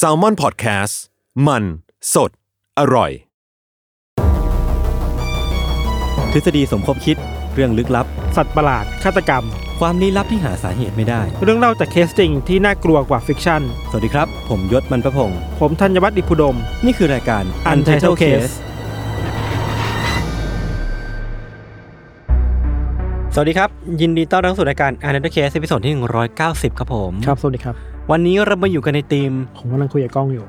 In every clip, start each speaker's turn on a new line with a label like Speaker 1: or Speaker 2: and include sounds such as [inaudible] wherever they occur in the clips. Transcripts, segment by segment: Speaker 1: s a l m o n PODCAST มัน สด อร่อย
Speaker 2: ทฤษฎีสมคบคิดเรื่องลึกลับ
Speaker 3: สัตว์ประหลาด ฆาตกรรม
Speaker 2: ความลี้ลับที่หาสาเหตุไม่ได้
Speaker 3: เรื่องเล่าจากเคสจริงที่น่ากลัวกว่าฟิกชั่น
Speaker 2: สวัสดีครับ ผมยศมันประพงศ์
Speaker 3: ผมธัญวัฒน์อิพุดม
Speaker 2: นี่คือรายการ
Speaker 3: Untitled Case
Speaker 2: สวัสดีครับ ยินดีต้อนรับสู่รายการ Untitled Case ตอนที่ 190 ครับผม
Speaker 3: ครับ สวัสดีครับ
Speaker 2: วันนี้เรามาอยู่กันในทีม
Speaker 3: ผมกำลังคุยกับกล้องอยู่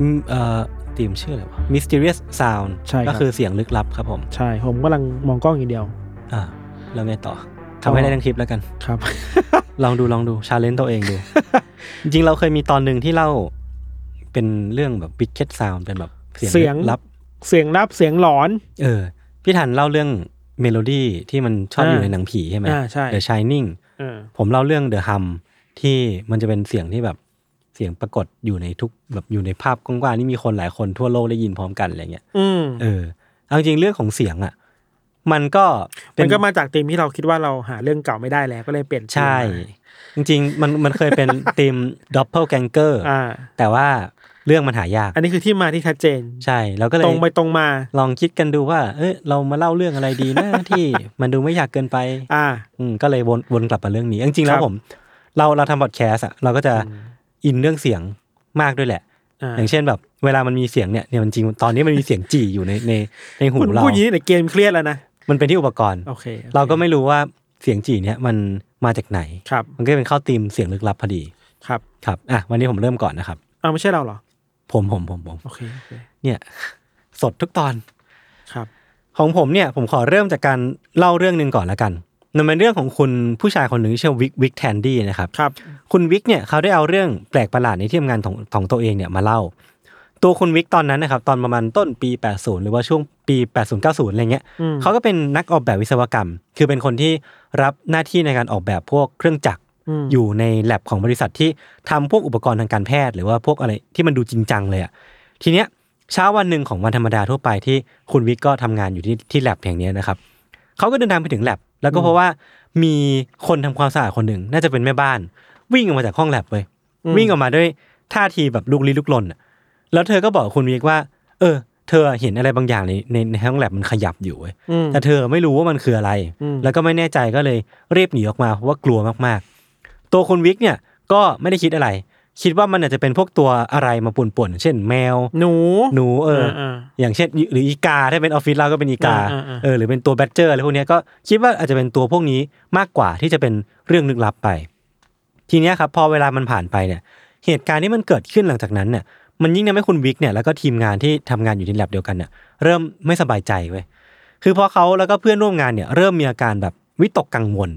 Speaker 2: อืมเอ่อทีมชื่ออะไรวะ Mysterious Sound
Speaker 3: ใช่ครับ
Speaker 2: ก็คือเสียงลึกลับครับผม
Speaker 3: ใช่ ผมกำลังมองกล้องอย่างเดียว
Speaker 2: อ่าแล้วไงต่อทำให้ได้ทั้งคลิปแล้วกัน
Speaker 3: ครับ
Speaker 2: ลองดูลองดูชาเลนจ์ตัวเอง
Speaker 3: [laughs]
Speaker 2: ดู จริงๆเราเคยมีตอนหนึ่งที่เล่า เป็นเรื่องแบบ w i c k e t Sound เป็นแบบ
Speaker 3: เสียง
Speaker 2: ลับ
Speaker 3: [laughs] เสียงรับเสียงหลอน
Speaker 2: เออ พี่ทันเล่าเรื่องเมโลดี้ที่มันชอบ
Speaker 3: อ่า
Speaker 2: อยู่ในหนังผีใช่ไหม
Speaker 3: อ่าใช่
Speaker 2: The Shining
Speaker 3: เออ
Speaker 2: ผมเล่าเรื่อง The Hum ที่มันจะเป็นเสียงที่แบบเสียงปรากฏอยู่ในทุกแบบอยู่ในภาพกว้างๆนี่มีคนหลายคนทั่วโลกได้ยินพร้อมกันอะไรเงี้ย
Speaker 3: อืม
Speaker 2: เออเอาจริงๆเรื่องของเสียงอ่ะ มันก็เป็
Speaker 3: มันก็มาจากธีมที่เราคิดว่าเราหาเรื่องเก่าไม่ได้แล้ว ก็เลยเปลี่ยนธีม
Speaker 2: ใช่
Speaker 3: มา
Speaker 2: จริงๆ มันมันเคยเป็น [laughs] ทีมดับเบิลแกงเกอร์
Speaker 3: อ่า
Speaker 2: แต่ว่าเรื่องมันหายาก
Speaker 3: อันนี้คือที่มาที่ชัดเจน
Speaker 2: ใช่เราก็เล
Speaker 3: ต
Speaker 2: ย
Speaker 3: รงไปตรงมา
Speaker 2: ลองคิดกันดูว่า เอ้ยเรามาเล่าเรื่องอะไรดีนะ
Speaker 3: [laughs]
Speaker 2: ที่มันดูไม่อยากเกินไป
Speaker 3: อ่า
Speaker 2: อืมก็เลยวนวนกลับมาเรื่องนี้ จริงๆ แล้ว
Speaker 3: ครับ
Speaker 2: ผม เราเราทำบอดแคสอะเราก็จะอินเรื่องเสียงมากด้วยแหละ
Speaker 3: อ่า
Speaker 2: อย่างเช่นแบบ เวลามันมีเสียงเนี่ยเนี่ยมันจริงตอนนี้มันมีเสียงจี่อยู่ในในในหู
Speaker 3: คุณ
Speaker 2: เรา
Speaker 3: พูดอย่างนี้แต่เกมเครียดแล้วนะ
Speaker 2: มันเป็นที่อุปกรณ์
Speaker 3: โอเคโอค
Speaker 2: เราก็ไม่รู้ว่าเสียงจี่เนี่ยมันมาจากไหน
Speaker 3: ครับ
Speaker 2: มันก็เป็นเข้าธีมเสียงลึกลับพอดี
Speaker 3: ครับ
Speaker 2: ครับ อ่ะ วันนี้ผมเริ่มก่อนนะครับ
Speaker 3: อ้าวไม่ใช่เราเหรอ
Speaker 2: ผมผมผมผม
Speaker 3: โอเค โอเค
Speaker 2: เนี่ย สดทุกตอน
Speaker 3: ครับ
Speaker 2: ของผมเนี่ย ผมขอเริ่มจากการเล่าเรื่องหนึ่งก่อนละกัน มันเป็นเรื่องของคุณผู้ชายคนหนึ่งที่ชื่อวิกวิกแทนดี้นะครับ
Speaker 3: ครับ
Speaker 2: คุณวิกเนี่ยเขาได้เอาเรื่องแปลกประหลาดในที่ทำงานของของตัวเองเนี่ยมาเล่า ตัวคุณวิกตอนนั้นนะครับ ตอนประมาณต้นปี 80 หรือว่าช่วงปี 80 90 อะไรเงี้ย
Speaker 3: อืม
Speaker 2: เขาก็เป็นนักออกแบบวิศวกรรม คือเป็นคนที่รับหน้าที่ในการออกแบบพวกเครื่องจักร
Speaker 3: ม
Speaker 2: อยู่ในแ a บของบริษัทที่ทำพวกอุปกรณ์ทางการแพทย์หรือว่าพวกอะไรที่มันดูจริงจังเลยอะทีเนี้ยเช้าวันหนึ่งของวันธรรมดาทั่วไปที่คุณวิกก็ทำงานอยู่ที่ที่แ a บแห่งเนี้ยนะครับเขาก็เดินทางไปถึงแ a บแล้วก็เพราะว่ามีคนทำความสะอาดคนหนึ่งน่าจะเป็นแม่บ้าน วิ่งออกมาจากห้องแ a บเลยวิ่งออกมาด้วยท่าทีแบบลุกลี้ลุกลนอะแล้วเธอก็บอกคุณวิกว่า เออ เธอเห็นอะไรบางอย่างในในในห้องแ a บมันขยับอยู่เว้ย
Speaker 3: อืม
Speaker 2: แต่เธอไม่รู้ว่ามันคืออะไร
Speaker 3: อืม
Speaker 2: แล้วก็ไม่แน่ใจก็เลยรีบหนีออกมาเพราะว่ากลัวมากๆ ตัวคุณวิกเนี่ยก็ไม่ได้คิดอะไร คิดว่ามันอาจจะเป็นพวกตัวอะไรมาป่วนๆ เช่นแมว
Speaker 3: หนู
Speaker 2: หนูเออ
Speaker 3: อ่า
Speaker 2: อย่างเช่นหรืออีกาถ้าเป็นออฟฟิศเราก็เป็นอีกา
Speaker 3: อ่าอ่าอ่า
Speaker 2: เออหรือเป็นตัวแบดเจอร์อะไรพวกเนี้ยก็คิดว่าอาจจะเป็นตัวพวกนี้มากกว่าที่จะเป็นเรื่องลึกลับไป ทีเนี้ยครับพอเวลามันผ่านไปเนี่ย เหตุการณ์ที่มันเกิดขึ้นหลังจากนั้นเนี่ยมันยิ่งทำให้คุณวิกเนี่ยแล้วก็ทีมงานที่ทำงานอยู่ในแลบเดียวกันเนี่ยเริ่มไม่สบายใจเว้ยคือพอเขาแล้วก็เพื่อนร่วมงานเนี่ยเริ่มมีอาการแบบวิตกกังวล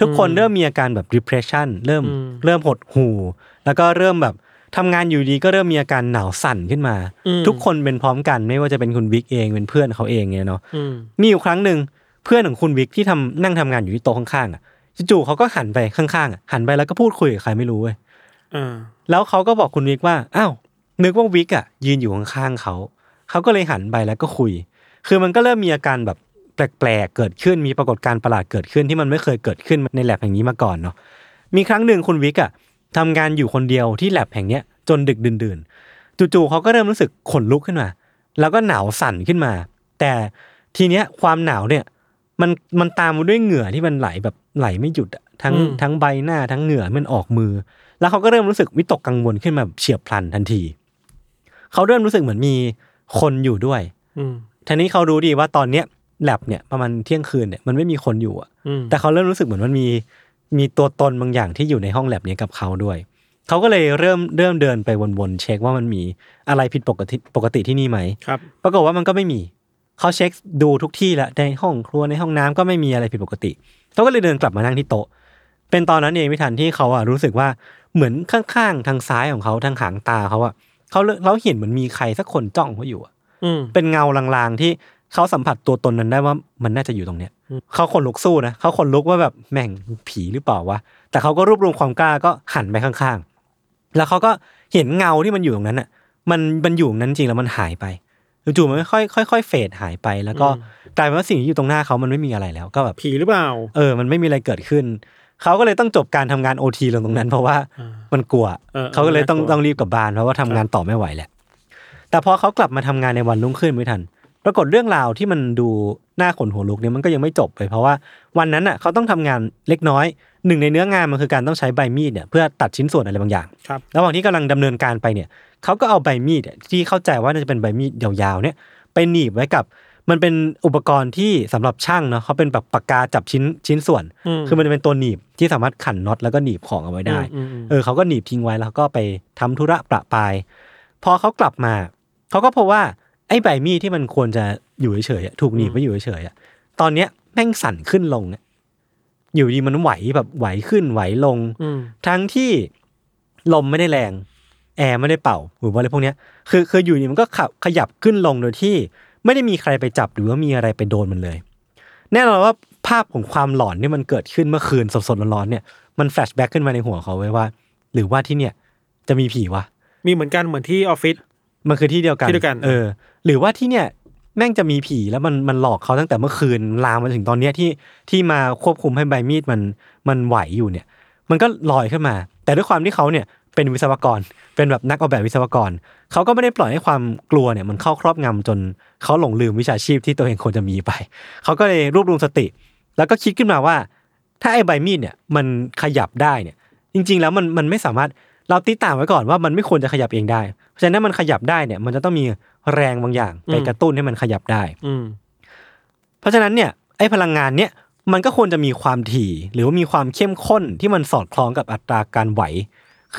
Speaker 2: ทุกคนเริ่มมีอาการแบบ depression เริ่ม
Speaker 3: อืม
Speaker 2: เริ่มหดหู่แล้วก็เริ่มแบบทำงานอยู่ดีก็เริ่มมีอาการหนาวสั่นขึ้นมา
Speaker 3: อืม
Speaker 2: ทุกคนเป็นพร้อมกันไม่ว่าจะเป็นคุณวิกเองเป็นเพื่อนเขาเองเนี่ยเนาะ
Speaker 3: อืม
Speaker 2: มีอยู่ครั้งหนึ่งเพื่อนของคุณวิกที่ทำนั่งทำงานอยู่ที่โต๊ะข้างๆอ่ะจู่ๆเขาก็หันไปข้างๆอ่ะหันไปแล้วก็พูดคุยกับใครไม่รู้เว้ย
Speaker 3: อ่า
Speaker 2: แล้วเขาก็บอกคุณวิกว่าอ้าวนึกว่าวิกอ่ะยืนอยู่ข้างๆเขาเขาก็เลยหันไปแล้วก็คุย คือมันก็เริ่มมีอาการแบบแปลกๆเกิดขึ้นมีปรากฏการณ์ประหลาดเกิดขึ้นที่มันไม่เคยเกิดขึ้นในแลบแห่งนี้มาก่อนเนาะมีครั้งหนึ่งคุณวิกอ่ะทำงานอยู่คนเดียวที่แลบแห่งเนี้ยจนดึกดื่นๆ จู่ๆเขาก็เริ่มรู้สึกขนลุกขึ้นมา แล้วก็หนาวสั่นขึ้นมา แต่ทีเนี้ยความหนาวเนี่ยมันมันตามมาด้วยเหงื่อที่มันไหลแบบไหลไม่หยุดอะทั้ง
Speaker 3: อืม
Speaker 2: ทั้งใบหน้าทั้งเหงื่อมันออกมือ แล้วเขาก็เริ่มรู้สึกวิตกกังวลขึ้นมาแบบเฉียบพลันทันที เขาเริ่มรู้สึกเหมือนมีคนอยู่ด้วย
Speaker 3: อืม
Speaker 2: ทีนี้เขารู้ดีว่าตอนเนี้ยแลบเนี่ยประมาณเที่ยงคืนเนี่ยมันไม่มีคนอยู่อะ
Speaker 3: อืม
Speaker 2: แต่เขาเริ่มรู้สึกเหมือนมันมีมีตัวตนบางอย่างที่อยู่ในห้องแลบเนี้ยกับเขาด้วย เขาก็เลยเริ่มเริ่มเดินไปวนๆเช็คว่ามันมีอะไรผิดปกติปกติที่นี่ไหม
Speaker 3: ครับ
Speaker 2: ปรากฏว่ามันก็ไม่มี เขาเช็คดูทุกที่แล้วในห้องครัวในห้องน้ำก็ไม่มีอะไรผิดปกติ เขาก็เลยเดินกลับมานั่งที่โต๊ะ ไป เป็นตอนนั้นเองพี่ทันที่เขาอ่ะรู้สึกว่าเหมือนข้างๆทางซ้ายของเขาทางหางตาเขาอ่ะเขาเลเขาเห็นเหมือนมีใครสักคนจ้องเขาอยู่อะ
Speaker 3: อืม
Speaker 2: เป็นเงาลางๆที่เขาสัมผัสตัวตนนั้นได้ว่ามันน่าจะอยู่ตรงเนี้ย
Speaker 3: อืม
Speaker 2: เขาขนลุกสู้นะเขาขนลุกว่าแบบแม่งผีหรือเปล่าวะแต่เขาก็รวบรวมความกล้าก็หันไปข้างๆ แล้วเขาก็เห็นเงาที่มันอยู่ตรงนั้นอ่ะ มันมันอยู่ตรงนั้นจริงแล้วมันหายไปจู่ๆมันค่อยๆค่อยๆเฟดหายไปแล้วก็กลายเป็นว่าสิ่งที่อยู่ตรงหน้าเขามันไม่มีอะไรแล้วก็แบบ
Speaker 3: ผีหรือเปล่า
Speaker 2: เออ มันไม่มีอะไรเกิดขึ้น เขาก็เลยต้องจบการทำงานโอทีลงตรงนั้น เพราะว่า
Speaker 3: อ่า
Speaker 2: มันกลัว
Speaker 3: เออ
Speaker 2: เขาก็เลยต้อง
Speaker 3: น่ากลัว
Speaker 2: ต้องรีบกลับบ้านเพราะว่าทำงานต่อไม่ไหวแหละ แต่พอเขากลับมาทำงานในวันรุ่งขึ้นไม่ทัน ปรากฏเรื่องราวที่มันดูน่าขนหัวลุกเนี่ยมันก็ยังไม่จบเลยเพราะว่าวันนั้นอ่ะเขาต้องทำงานเล็กน้อย หนึ่งในเนื้องานมันคือการต้องใช้ใบมีดเนี่ยเพื่อตัดชิ้นส่วนอะไรบางอย่าง
Speaker 3: ครับ
Speaker 2: ระหว่างที่กำลังดำเนินการไปเนี่ยเขาก็เอาใบมีดเนี่ยที่เข้าใจว่าน่าจะเป็นใบมีดยาวๆเนี่ยไปหนีบไว้กับ มันเป็นอุปกรณ์ที่สำหรับช่างเนาะเขาเป็นแบบปากกาจับชิ้นชิ้นส่วน
Speaker 3: อืม
Speaker 2: คือมันจะเป็นตัวหนีบที่สามารถขันน็อตแล้วก็หนีบของเอาไว้ได้
Speaker 3: อืมอืม
Speaker 2: เออเขาก็หนีบทิ้งไว้แล้วก็ไปทำธุระประปายพอเขากลับมาเขาก็พบว่าไอ้ใบมีดที่มันควรจะอยู่เฉยๆอะถูกหนีบไว้อยู่เฉยๆอะตอนเนี้ยแม่งสั่นขึ้นลงอะอยู่ดีมันไหวแบบไหวขึ้นไหวลง
Speaker 3: อืม
Speaker 2: ทั้งที่ลมไม่ได้แรง แอร์ไม่ได้เป่าหรือว่าอะไรพวกเนี้ยคือคืออยู่นี่มันก็ขับขยับขึ้นลงโดยที่ ไม่ได้มีใครไปจับหรือว่ามีอะไรไปโดนมันเลย แน่นอนว่าภาพของความหลอนที่มันเกิดขึ้นเมื่อคืนสดๆร้อนๆเนี่ยมันแฟลชแบ็กขึ้นมาในหัวเขาไว้ว่า หรือว่าที่เนี่ยจะมีผีวะ
Speaker 3: มีเหมือนกันเหมือนที่ออฟฟิศ
Speaker 2: มันคือที่เดียวกัน
Speaker 3: ที่เดียวกัน
Speaker 2: เออ หรือว่าที่เนี่ยแม่งจะมีผีแล้วมันมันหลอกเขาตั้งแต่เมื่อคืนลามมาถึงตอนเนี้ยที่ที่มาควบคุมให้ใบมีดมันมันไหวอยู่เนี่ย มันก็ลอยขึ้นมา แต่ด้วยความที่เขาเนี่ยเป็นวิศวกร เป็นแบบนักออกแบบวิศวกร เขาก็ไม่ได้ปล่อยให้ความกลัวเนี่ยมันเข้าครอบงำจนเขาหลงลืมวิชาชีพที่ตัวเองควรจะมีไป เขาก็เลยรวบรวมสติ แล้วก็คิดขึ้นมาว่า ถ้าไอ้ใบมีดเนี่ยมันขยับได้เนี่ย จริงๆ แล้วมันมันไม่สามารถเราตีต่างไว้ก่อนว่ามันไม่ควรจะขยับเองได้ เพราะฉะนั้นมันขยับได้เนี่ยมันจะต้องมีแรงบางอย่างไป
Speaker 3: อืม
Speaker 2: กระตุ้นให้มันขยับได้
Speaker 3: อืม
Speaker 2: เพราะฉะนั้นเนี่ยไอ้พลังงานเนี่ยมันก็ควรจะมีความถี่ หรือว่ามีความเข้มข้นที่มันสอดคล้องกับอัตราการไหว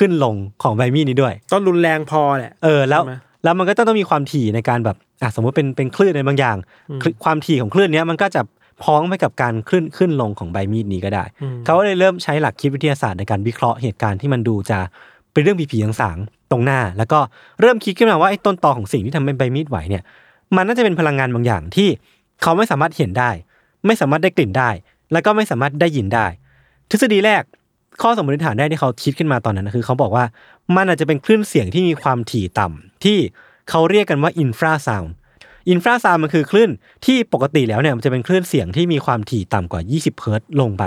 Speaker 2: ขึ้นลงของไบมีดนี้ด้วย
Speaker 3: ต้องรุนแรงพอแหละ
Speaker 2: เออแล้ว
Speaker 3: ใช่ไหม
Speaker 2: แล้วมันก็ต้องต้องมีความถี่ในการแบบอ่ะสมมติเป็นเป็นคลื่นในบางอย่าง
Speaker 3: อืม
Speaker 2: คลื่นความถี่ของคลื่นเนี้ยมันก็จะพ้องไปกับการขึ้นขึ้นลงของใบมีดนี้ก็ได้
Speaker 3: อืม
Speaker 2: เขาก็เลยเริ่มใช้หลักคิดวิทยาศาสตร์ในการวิเคราะห์เหตุการณ์ที่มันดูจะเป็นเรื่องผีๆสางๆตรงหน้า แล้วก็เริ่มคิดขึ้นมาว่าไอ้ต้นตอของสิ่งที่ทำให้ใบมีดไหวเนี่ย มันน่าจะเป็นพลังงานบางอย่างที่เขาไม่สามารถเห็นได้ ไม่สามารถได้กลิ่นได้ แล้วก็ไม่สามารถได้ยินได้ ทฤษฎีแรก ข้อสมมติฐานแรกที่เขาคิดขึ้นมาตอนนั้นนะคือเขาบอกว่ามันอาจจะเป็นคลื่นเสียงที่มีความถี่ต่ำที่เขาเรียกกันว่าอินฟราซาวน์อินฟราซาวน์มันคือคลื่นที่ปกติแล้วเนี่ยมันจะเป็นคลื่นเสียงที่มีความถี่ต่ำกว่า 20 เฮิรตซ์ลงไป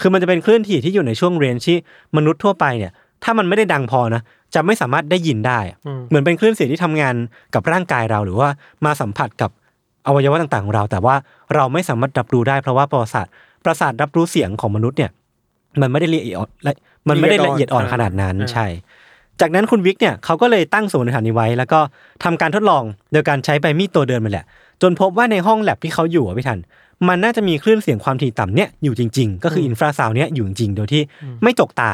Speaker 2: คือมันจะเป็นคลื่นถี่ที่อยู่ในช่วงเรนจ์ที่มนุษย์ทั่วไปเนี่ย ถ้ามันไม่ได้ดังพอนะจะไม่สามารถได้ยินได้อะ
Speaker 3: อืม
Speaker 2: เหมือนเป็นคลื่นเสียงที่ทำงานกับร่างกายเราหรือว่ามาสัมผัสกับอวัยวะต่างๆของเรา แต่ว่าเราไม่สามารถรับรู้ได้เพราะว่าประสาทประสาทรับรู้เสียงของมนุษย์เนี่ย มันไม่ได้ละเอียดอ่อนละมันไม่ได้ละเอียดอ่อนขนาดนั้น
Speaker 3: อ่า
Speaker 2: ใช่ จากนั้นคุณวิกเนี่ยเขาก็เลยตั้งสมมติฐานนี้ไว้ แล้วก็ทำการทดลองโดยการใช้ใบมีดตัวเดิมมาแหละ จนพบว่าในห้องแลบที่เขาอยู่อะพี่ทัน มันน่าจะมีคลื่นเสียงความถี่ต่ำเนี่ยอยู่จริง ๆ ก็คืออินฟราซาวเนี่ยอยู่จริงๆโดยที่ไม่จกตา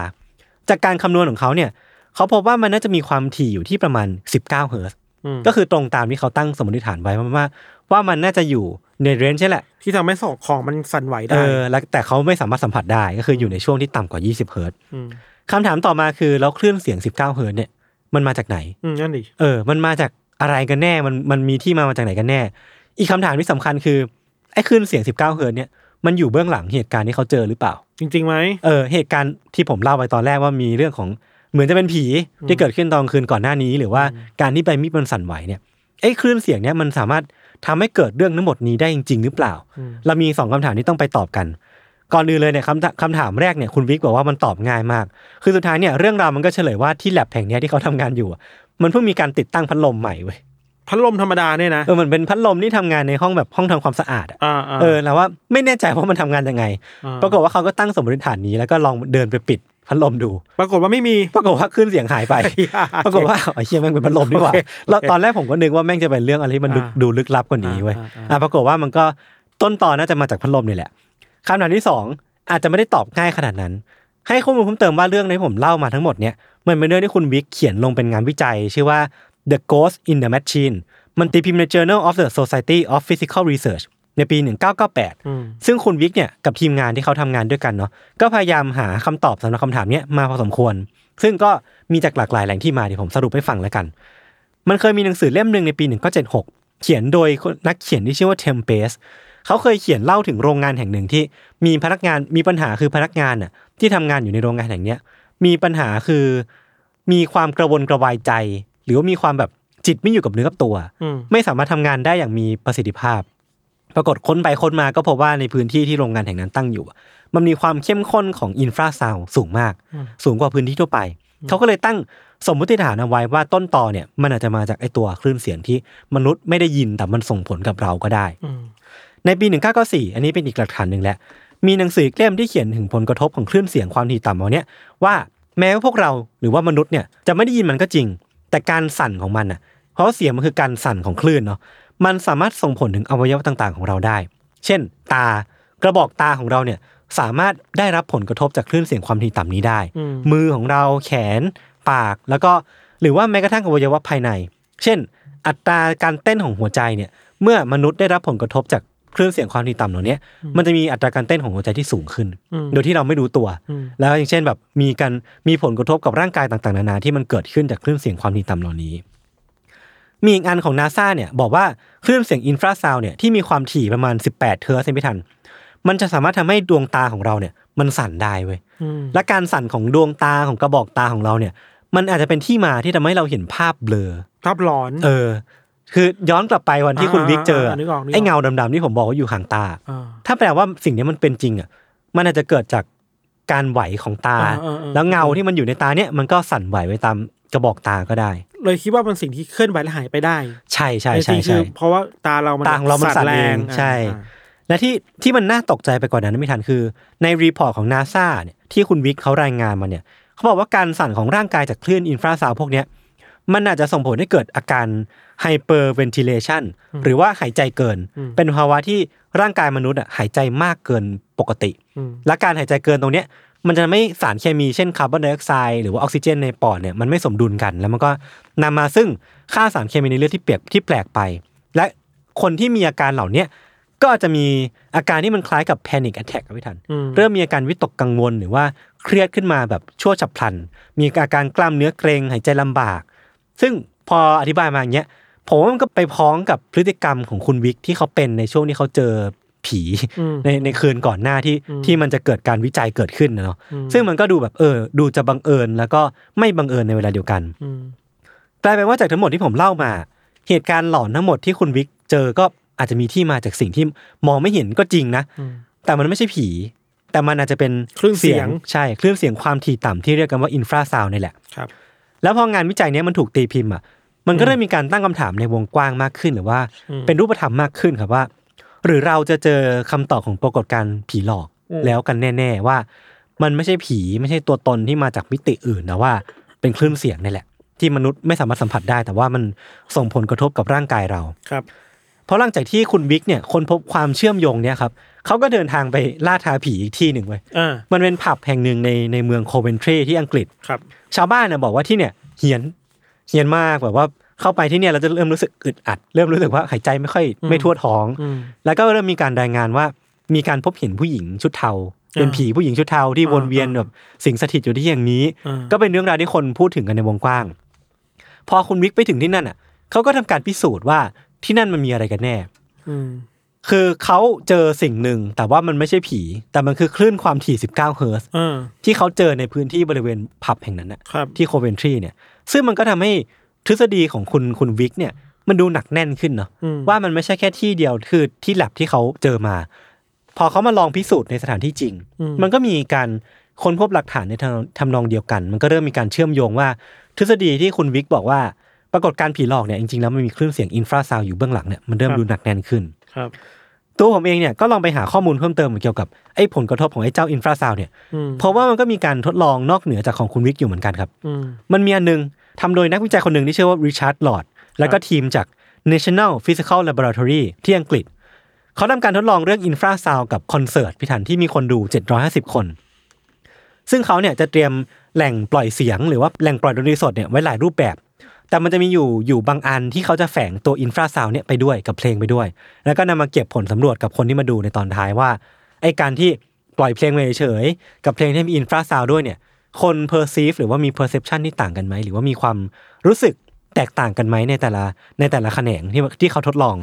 Speaker 2: จากการคำนวณของเขาเนี่ยเขาพบว่ามันน่าจะมีความถี่อยู่ที่ประมาณ 19เฮิร์ตซ์
Speaker 3: อืม
Speaker 2: ก็คือตรงตามที่เขาตั้งสมมติฐานไว้ว่าว่าว่ามันน่าจะอยู่ในเรนจ์ใช่แหละ
Speaker 3: ที่ทำให้สอกของมันสั่นไหว
Speaker 2: เอ
Speaker 3: ได้
Speaker 2: อแล้วแต่เขาไม่สามารถสัมผัสได้ก็คืออยู่ในช่วงที่ต่ำกว่า 20เฮิร์ตซ์
Speaker 3: ม
Speaker 2: คำถามต่อมาคือแล้วคลื่นเสียง 19เฮิร์ตซ์เนี่ยมันมาจากไหน
Speaker 3: อืมนั่นดิ
Speaker 2: เออ มันมาจากอะไรกันแน่ มัน มันมีที่มามาจากไหนกันแน่ อีกคำถามที่สำคัญคือ ไอ้คลื่นเสียง 19 เฮิร์ตซ์เนี่ย มันอยู่เบื้องหลังเหตุการณ์ที่เขาเจอหรือเปล่า
Speaker 3: จริงๆไหม
Speaker 2: เออ เหตุการณ์ที่ผมเล่าไปตอนแรกว่ามีเรื่องของ เหมือนจะเป็นผีที่เกิดขึ้นตอนคืนก่อนหน้านี้ หรือว่าการที่ไปมีดมันสั่นไหวเนี่ย ไอ้คลื่นเสียงเนี่ยมันสามารถทำให้เกิดเรื่องทั้งหมดนี้ได้จริง ๆ หรือเปล่า
Speaker 3: อืม
Speaker 2: เรามีสองคำถามที่ต้องไปตอบกัน ก่อนอื่นเลยเนี่ยคำถคำถามแรกเนี่ยคุณวิกบอกว่ามันตอบง่ายมาก คือสุดท้ายเนี่ยเรื่องราวมันก็เฉลยว่าที่แลบแห่งเนี้ยที่เขาทำงานอยู่อะมันเพิ่งมีการติดตั้งพัดลมใหม่เว้ย
Speaker 3: พัดลมธรรมดาเนี่ยนะ
Speaker 2: เออมันเป็นพัดลมที่ทำงานในห้องแบบห้องทำความสะอาดอะ
Speaker 3: อ่าอ่า
Speaker 2: เออแล้วว่าไม่แน่ใจว่ามันทำงานยังไง ปรากฏว่าเขาก็ตั้งสมมติฐานนี้แล้วก็ลองเดินไปปิดพัดลมดู [laughs]
Speaker 3: ปรากฏว่าไม่มี
Speaker 2: ปรากฏว่าขึ้นเสียงหาย
Speaker 3: [laughs]
Speaker 2: ไป ปรากฏ [laughs] ว่าไอ้เฮียแม่งเป็นพัดลมดีกว่า
Speaker 3: โอเค
Speaker 2: แล้วตอนแรกผมก็นึกว่าแม่งจะเป็นเรื่องอะไรที่มันดู
Speaker 3: อ่า
Speaker 2: ดูลึกลับกว่านี้เว้ย
Speaker 3: อ่าอ่า
Speaker 2: อ่ะปรากฏว่ามันก็ต้นตอน่าจะมาจากพัดลมนี่แหละคำถามที่สองอาจจะไม่ได้ตอบง่ายขนาดนั้น ให้ข้อมูลเพิ่มเติมว่าเรื่องที่ผมเล่ามาทั้งหมดเนี่ยมันเป็นเรื่องที่คุณวิกเขียนลงเป็นงานวิจัย ชื่อว่า The Ghost in the Machine มันตีพิมพ์ใน Journal of the Society of Physical Research ในปี 1998
Speaker 3: อืม
Speaker 2: ซึ่งคุณวิกเนี่ยกับทีมงานที่เขาทำงานด้วยกันเนาะก็พยายามหาคำตอบสำหรับคำถามเนี้ยมาพอสมควร ซึ่งก็มีจากหลากหลายแหล่งที่มาเดี๋ยวผมสรุปให้ฟังแล้วกัน มันเคยมีหนังสือเล่มหนึ่งในปี 1976 เขียนโดยนักเขียนที่ชื่อว่าเทมเปสเขาเคยเขียนเล่าถึงโรงงานแห่งหนึ่งที่มีพนักงานมีปัญหาคือพนักงานน่ะที่ทำงานอยู่ในโรงงานแห่งเนี้ยมีปัญหาคือมีความกระวนกระวายใจ หรือว่ามีความแบบจิตไม่อยู่กับเนื้อกับตัว
Speaker 3: อืม
Speaker 2: ไม่สามารถทำงานได้อย่างมีประสิทธิภาพ ปรากฏค้นไปค้นมาก็พบว่าในพื้นที่ที่โรงงานแห่งนั้นตั้งอยู่อะมันมีความเข้มข้นของอินฟราซาวสูงมาก สูงกว่าพื้นที่ทั่วไป เขาก็เลยตั้งสมมติฐานเอาไว้ว่าต้นตอเนี่ยมันอาจจะมาจากไอตัวคลื่นเสียงที่มนุษย์ไม่ได้ยินแต่มันส่งผลกับเราก็ได้
Speaker 3: อืม
Speaker 2: ในปี 1994 อันนี้เป็นอีกหลักฐานหนึ่งแหละ มีหนังสืออีกเล่มที่เขียนถึงผลกระทบของคลื่นเสียงความถี่ต่ำเอาเนี้ยว่าแม้ว่าพวกเราหรือว่ามนุษย์เนี่ยจะไม่ได้ยินมันก็จริง แต่การสั่นของมันอ่ะ เพราะเสียงมันคือการสั่นของคลื่นเนาะ มันสามารถส่งผลถึงอวัยวะต่างๆของเราได้ เช่น ตากระบอกตาของเราเนี่ยสามารถได้รับผลกระทบจากคลื่นเสียงความถี่ต่ำนี้ได้
Speaker 3: อืม
Speaker 2: มือของเราแขน ปากแล้วก็หรือว่าแม้กระทั่งอวัยวะภายใน เช่น อัตราการเต้นของหัวใจเนี่ยเมื่อมนุษย์ได้รับผลกระทบจากคลื่นเสียงความถี่ต่ำเหล่าเนี้ยมันจะมีอัตราการเต้นของหัวใจที่สูงขึ้น
Speaker 3: อืม
Speaker 2: โดยที่เราไม่รู้ตัว
Speaker 3: อืม
Speaker 2: แล้วอย่างเช่นแบบมีการมีผลกระทบกับร่างกายต่างๆนานาที่มันเกิดขึ้นจากคลื่นเสียงความถี่ต่ำเหล่านี้ มีอีกอันของนาซาเนี่ยบอกว่าคลื่นเสียงอินฟราซาวเนี่ยที่มีความถี่ประมาณ 18 เทอร์เซนพิทัน มันจะสามารถทำให้ดวงตาของเราเนี่ยมันสั่นได้เว้ย
Speaker 3: อืม
Speaker 2: และการสั่นของดวงตาของกระบอกตาของเราเนี่ย มันอาจจะเป็นที่มาที่ทำให้เราเห็นภาพเบลอ
Speaker 3: ภาพหลอน
Speaker 2: เออ คือย้อนกลับไปวันที่คุณ
Speaker 3: อ่า
Speaker 2: วิกเจอ
Speaker 3: อ่านึกออกนึกออก
Speaker 2: ไอ้เงาดำๆที่ผมบอกว่าอยู่ห่างตา
Speaker 3: อ่า
Speaker 2: ถ้าแปลว่าสิ่งนี้มันเป็นจริงอ่ะ มันอาจจะเกิดจากการไหวของตา
Speaker 3: อ่าอ่าอ่า
Speaker 2: แล้วเงาที่มันอยู่ในตาเนี่ยมันก็สั่นไหวไปตามกระบอกตาก็ได้
Speaker 3: เลยคิดว่ามันสิ่งที่เคลื่อนไหวและหายไปได้
Speaker 2: ใช่ใช่
Speaker 3: แต่จ
Speaker 2: ใช่
Speaker 3: ริงๆคื
Speaker 2: ใช่
Speaker 3: อเพราะว่าตาเรามัน
Speaker 2: ตาของเรามันสั่นเอง
Speaker 3: อ่ะ
Speaker 2: ใช่
Speaker 3: อ่ะ
Speaker 2: และที่ที่มันน่าตกใจไปกว่านั้นไม่ทันคือในรีพอร์ตของนาซาเนี่ยที่คุณวิกเขารายงานมาเนี่ยเขาบอกว่าการสั่นของร่างกายจากคลื่นอินฟราซาวด์พวกเนี้ยมันอาจจะส่งผลให้เกิดอาการไฮเปอร์เวนติเลชันหรือว่าหายใจเกิน เป็นภาวะที่ร่างกายมนุษย์อะหายใจมากเกินปกติ
Speaker 3: อืม
Speaker 2: และการหายใจเกินตรงเนี้ยมันจะไม่สารเคมีเช่นคาร์บอนไดออกไซด์หรือว่าออกซิเจนในปอดเนี่ยมันไม่สมดุลกันแล้วมันก็นำมาซึ่งค่าสารเคมีในเลือดที่เปลียกที่แปลกไป และคนที่มีอาการเหล่าเนี้ยก็จะมีอาการที่มันคล้ายกับ panic attack ครับพี่ทัน
Speaker 3: อืม
Speaker 2: เริ่มมีอาการวิตกกังวลหรือว่าเครียดขึ้นมาแบบชั่วฉับพลัน มีอาการกล้ามเนื้อเกรงหายใจลำบาก ซึ่งพออธิบายมาอย่างเงี้ยผมว่ามันก็ไปพ้องกับพฤติกรรมของคุณวิกที่เขาเป็นในช่วงที่เขาเจอผี
Speaker 3: อืม
Speaker 2: ในในคืนก่อนหน้าที่
Speaker 3: อืม
Speaker 2: ที่มันจะเกิดการวิจัยเกิดขึ้นนะเนาะ
Speaker 3: อืม
Speaker 2: ซึ่งมันก็ดูแบบเออ ดูจะบังเอิญแล้วก็ไม่บังเอิญในเวลาเดียวกัน
Speaker 3: อืม
Speaker 2: กลายเป็นว่าจากทั้งหมดที่ผมเล่ามา เหตุการณ์หลอนทั้งหมดที่คุณวิกเจอก็อาจจะมีที่มาจากสิ่งที่มองไม่เห็นก็จริงนะ
Speaker 3: อืม
Speaker 2: แต่มันไม่ใช่ผี แต่มันอาจจะเป็น
Speaker 3: คลื่นเสียง
Speaker 2: ใช่คลื่นเสียงความถี่ต่ำที่เรียกกันว่าอินฟราซาวนี่แหละ
Speaker 3: ครับ
Speaker 2: แล้วพองานวิจัยเนี้ยมันถูกตีพิมพ์อ่ะ มันก็เริ่มมีการตั้งคำถามในวงกว้างมากขึ้น หรือว่า
Speaker 3: อืม
Speaker 2: เป็นรูปธรรมมากขึ้นครับว่า หรือเราจะเจอคำตอบของปรากฏการณ์ผีหลอก
Speaker 3: อืม
Speaker 2: แล้วกันแน่ๆว่า มันไม่ใช่ผีไม่ใช่ตัวตนที่มาจากมิติอื่นนะว่า เป็นคลื่นเสียงนี่แหละ ที่มนุษย์ไม่สามารถสัมผัสได้ แต่ว่ามันส่งผลกระทบกับร่างกายเรา
Speaker 3: ครับ
Speaker 2: เพราะหลังจากที่คุณวิกเนี่ยคนพบความเชื่อมโยงเนี่ยครับเขาก็เดินทางไปล่าท้าผีอีกที่หนึ่งเว้ย
Speaker 3: อ่า
Speaker 2: มันเป็นผับแห่งหนึ่งในในเมืองโคเวนทรีที่อังกฤษ
Speaker 3: ครับ
Speaker 2: ชาวบ้านนะบอกว่าที่เนี่ยเหียนเหียนมากแบบว่าเข้าไปที่เนี่ยเราจะเริ่มรู้สึกอึดอัด เริ่มรู้สึกว่าหายใจไม่ค่อย
Speaker 3: อืม
Speaker 2: ไม่ทั่วท้อง
Speaker 3: อืม
Speaker 2: แล้วก็เริ่มมีการรายงานว่ามีการพบเห็นผู้หญิงชุดเทา เป็น
Speaker 3: อ่า
Speaker 2: ผีผู้หญิงชุดเทาที่วนเวียน
Speaker 3: อ่า
Speaker 2: แบบสิงสถิตอยู่ที่อย่างนี้
Speaker 3: อ่า
Speaker 2: ก็เป็นเรื่องราวที่คนพูดถึงกันในวงกว้าง พอคุณวิกไปถึงที่นั่นอ่ะเขาก็ทำการพิสูจน์ว่าที่นั่นมันมีอะไรกันแน่
Speaker 3: อืม
Speaker 2: คือเขาเจอสิ่งหนึ่งแต่ว่ามันไม่ใช่ผี แต่มันคือคลื่นความถี่ 19 เฮิร์ตซ์
Speaker 3: อ่า
Speaker 2: ที่เขาเจอในพื้นที่บริเวณผับแห่งนั้นนะครับ ที่โคเวนทรีเนี่ย ซึ่งมันก็ทำให้ทฤษฎีของคุณคุณวิกเนี่ยมันดูหนักแน่นขึ้นเนาะ
Speaker 3: อืม
Speaker 2: ว่ามันไม่ใช่แค่ที่เดียวคือที่แลบที่เขาเจอมา พอเขามาลองพิสูจน์ในสถานที่จริง
Speaker 3: อื
Speaker 2: มันก็มีการค้นพบหลักฐานในทำทำนองเดียวกัน มันก็เริ่มมีการเชื่อมโยงว่า ทฤษฎีที่คุณวิกบอกว่าปรากฏการณ์ผีหลอกเนี่ยจริงๆแล้วมันมีคลื่นเสียงอินฟราซาวอยู่เบื้องหลังเนี่ยมันเริ่มดูหนักแน่นขึ้น
Speaker 3: ครับ
Speaker 2: ตัวผมเองเนี่ยก็ลองไปหาข้อมูลเพิ่มเติมเกี่ยวกับไอ้ผลกระทบของไอ้เจ้าอินฟราซาวเนี่ย
Speaker 3: อืม
Speaker 2: เพราะว่ามันก็มีการทดลองนอกเหนือจากของคุณวิกอยู่เหมือนกันครับ
Speaker 3: อืม
Speaker 2: มันมีอันหนึงทำโดยนักวิจัยคนหนึ่งที่ชื่อว่าริชาร์ดลอร์ดแล้วก็ทีมจาก National Physical Laboratory ที่อังกฤษ เขาทำการทดลองเรื่องอินฟราซาวกับคอนเสิร์ตพิธันที่มีคนดู 750 คน ซึ่งเขาเนี่ยจะเตรียมแหล่งปล่อยเสียงหรือว่าแหล่งปล่อยดนตรีสดเนี่ยไว้หลายรูปแบบ แต่มันจะมีอยู่อยู่บางอันที่เขาจะแฝงตัวอินฟราซาวเนี่ยไปด้วยกับเพลงไปด้วย แล้วก็นำมาเก็บผลสำรวจกับคนที่มาดูในตอนท้ายว่าไอการที่ปล่อยเพลงไปเฉยๆกับเพลงที่มีอินฟราซาวด้วยเนี่ย คนเพอร์ซีฟหรือว่ามีเพอร์เซพชันที่ต่างกันไหม หรือว่ามีความรู้สึกแตกต่างกันไหมในแต่ละในแต่ละแขนงที่ที่เขาทดลอง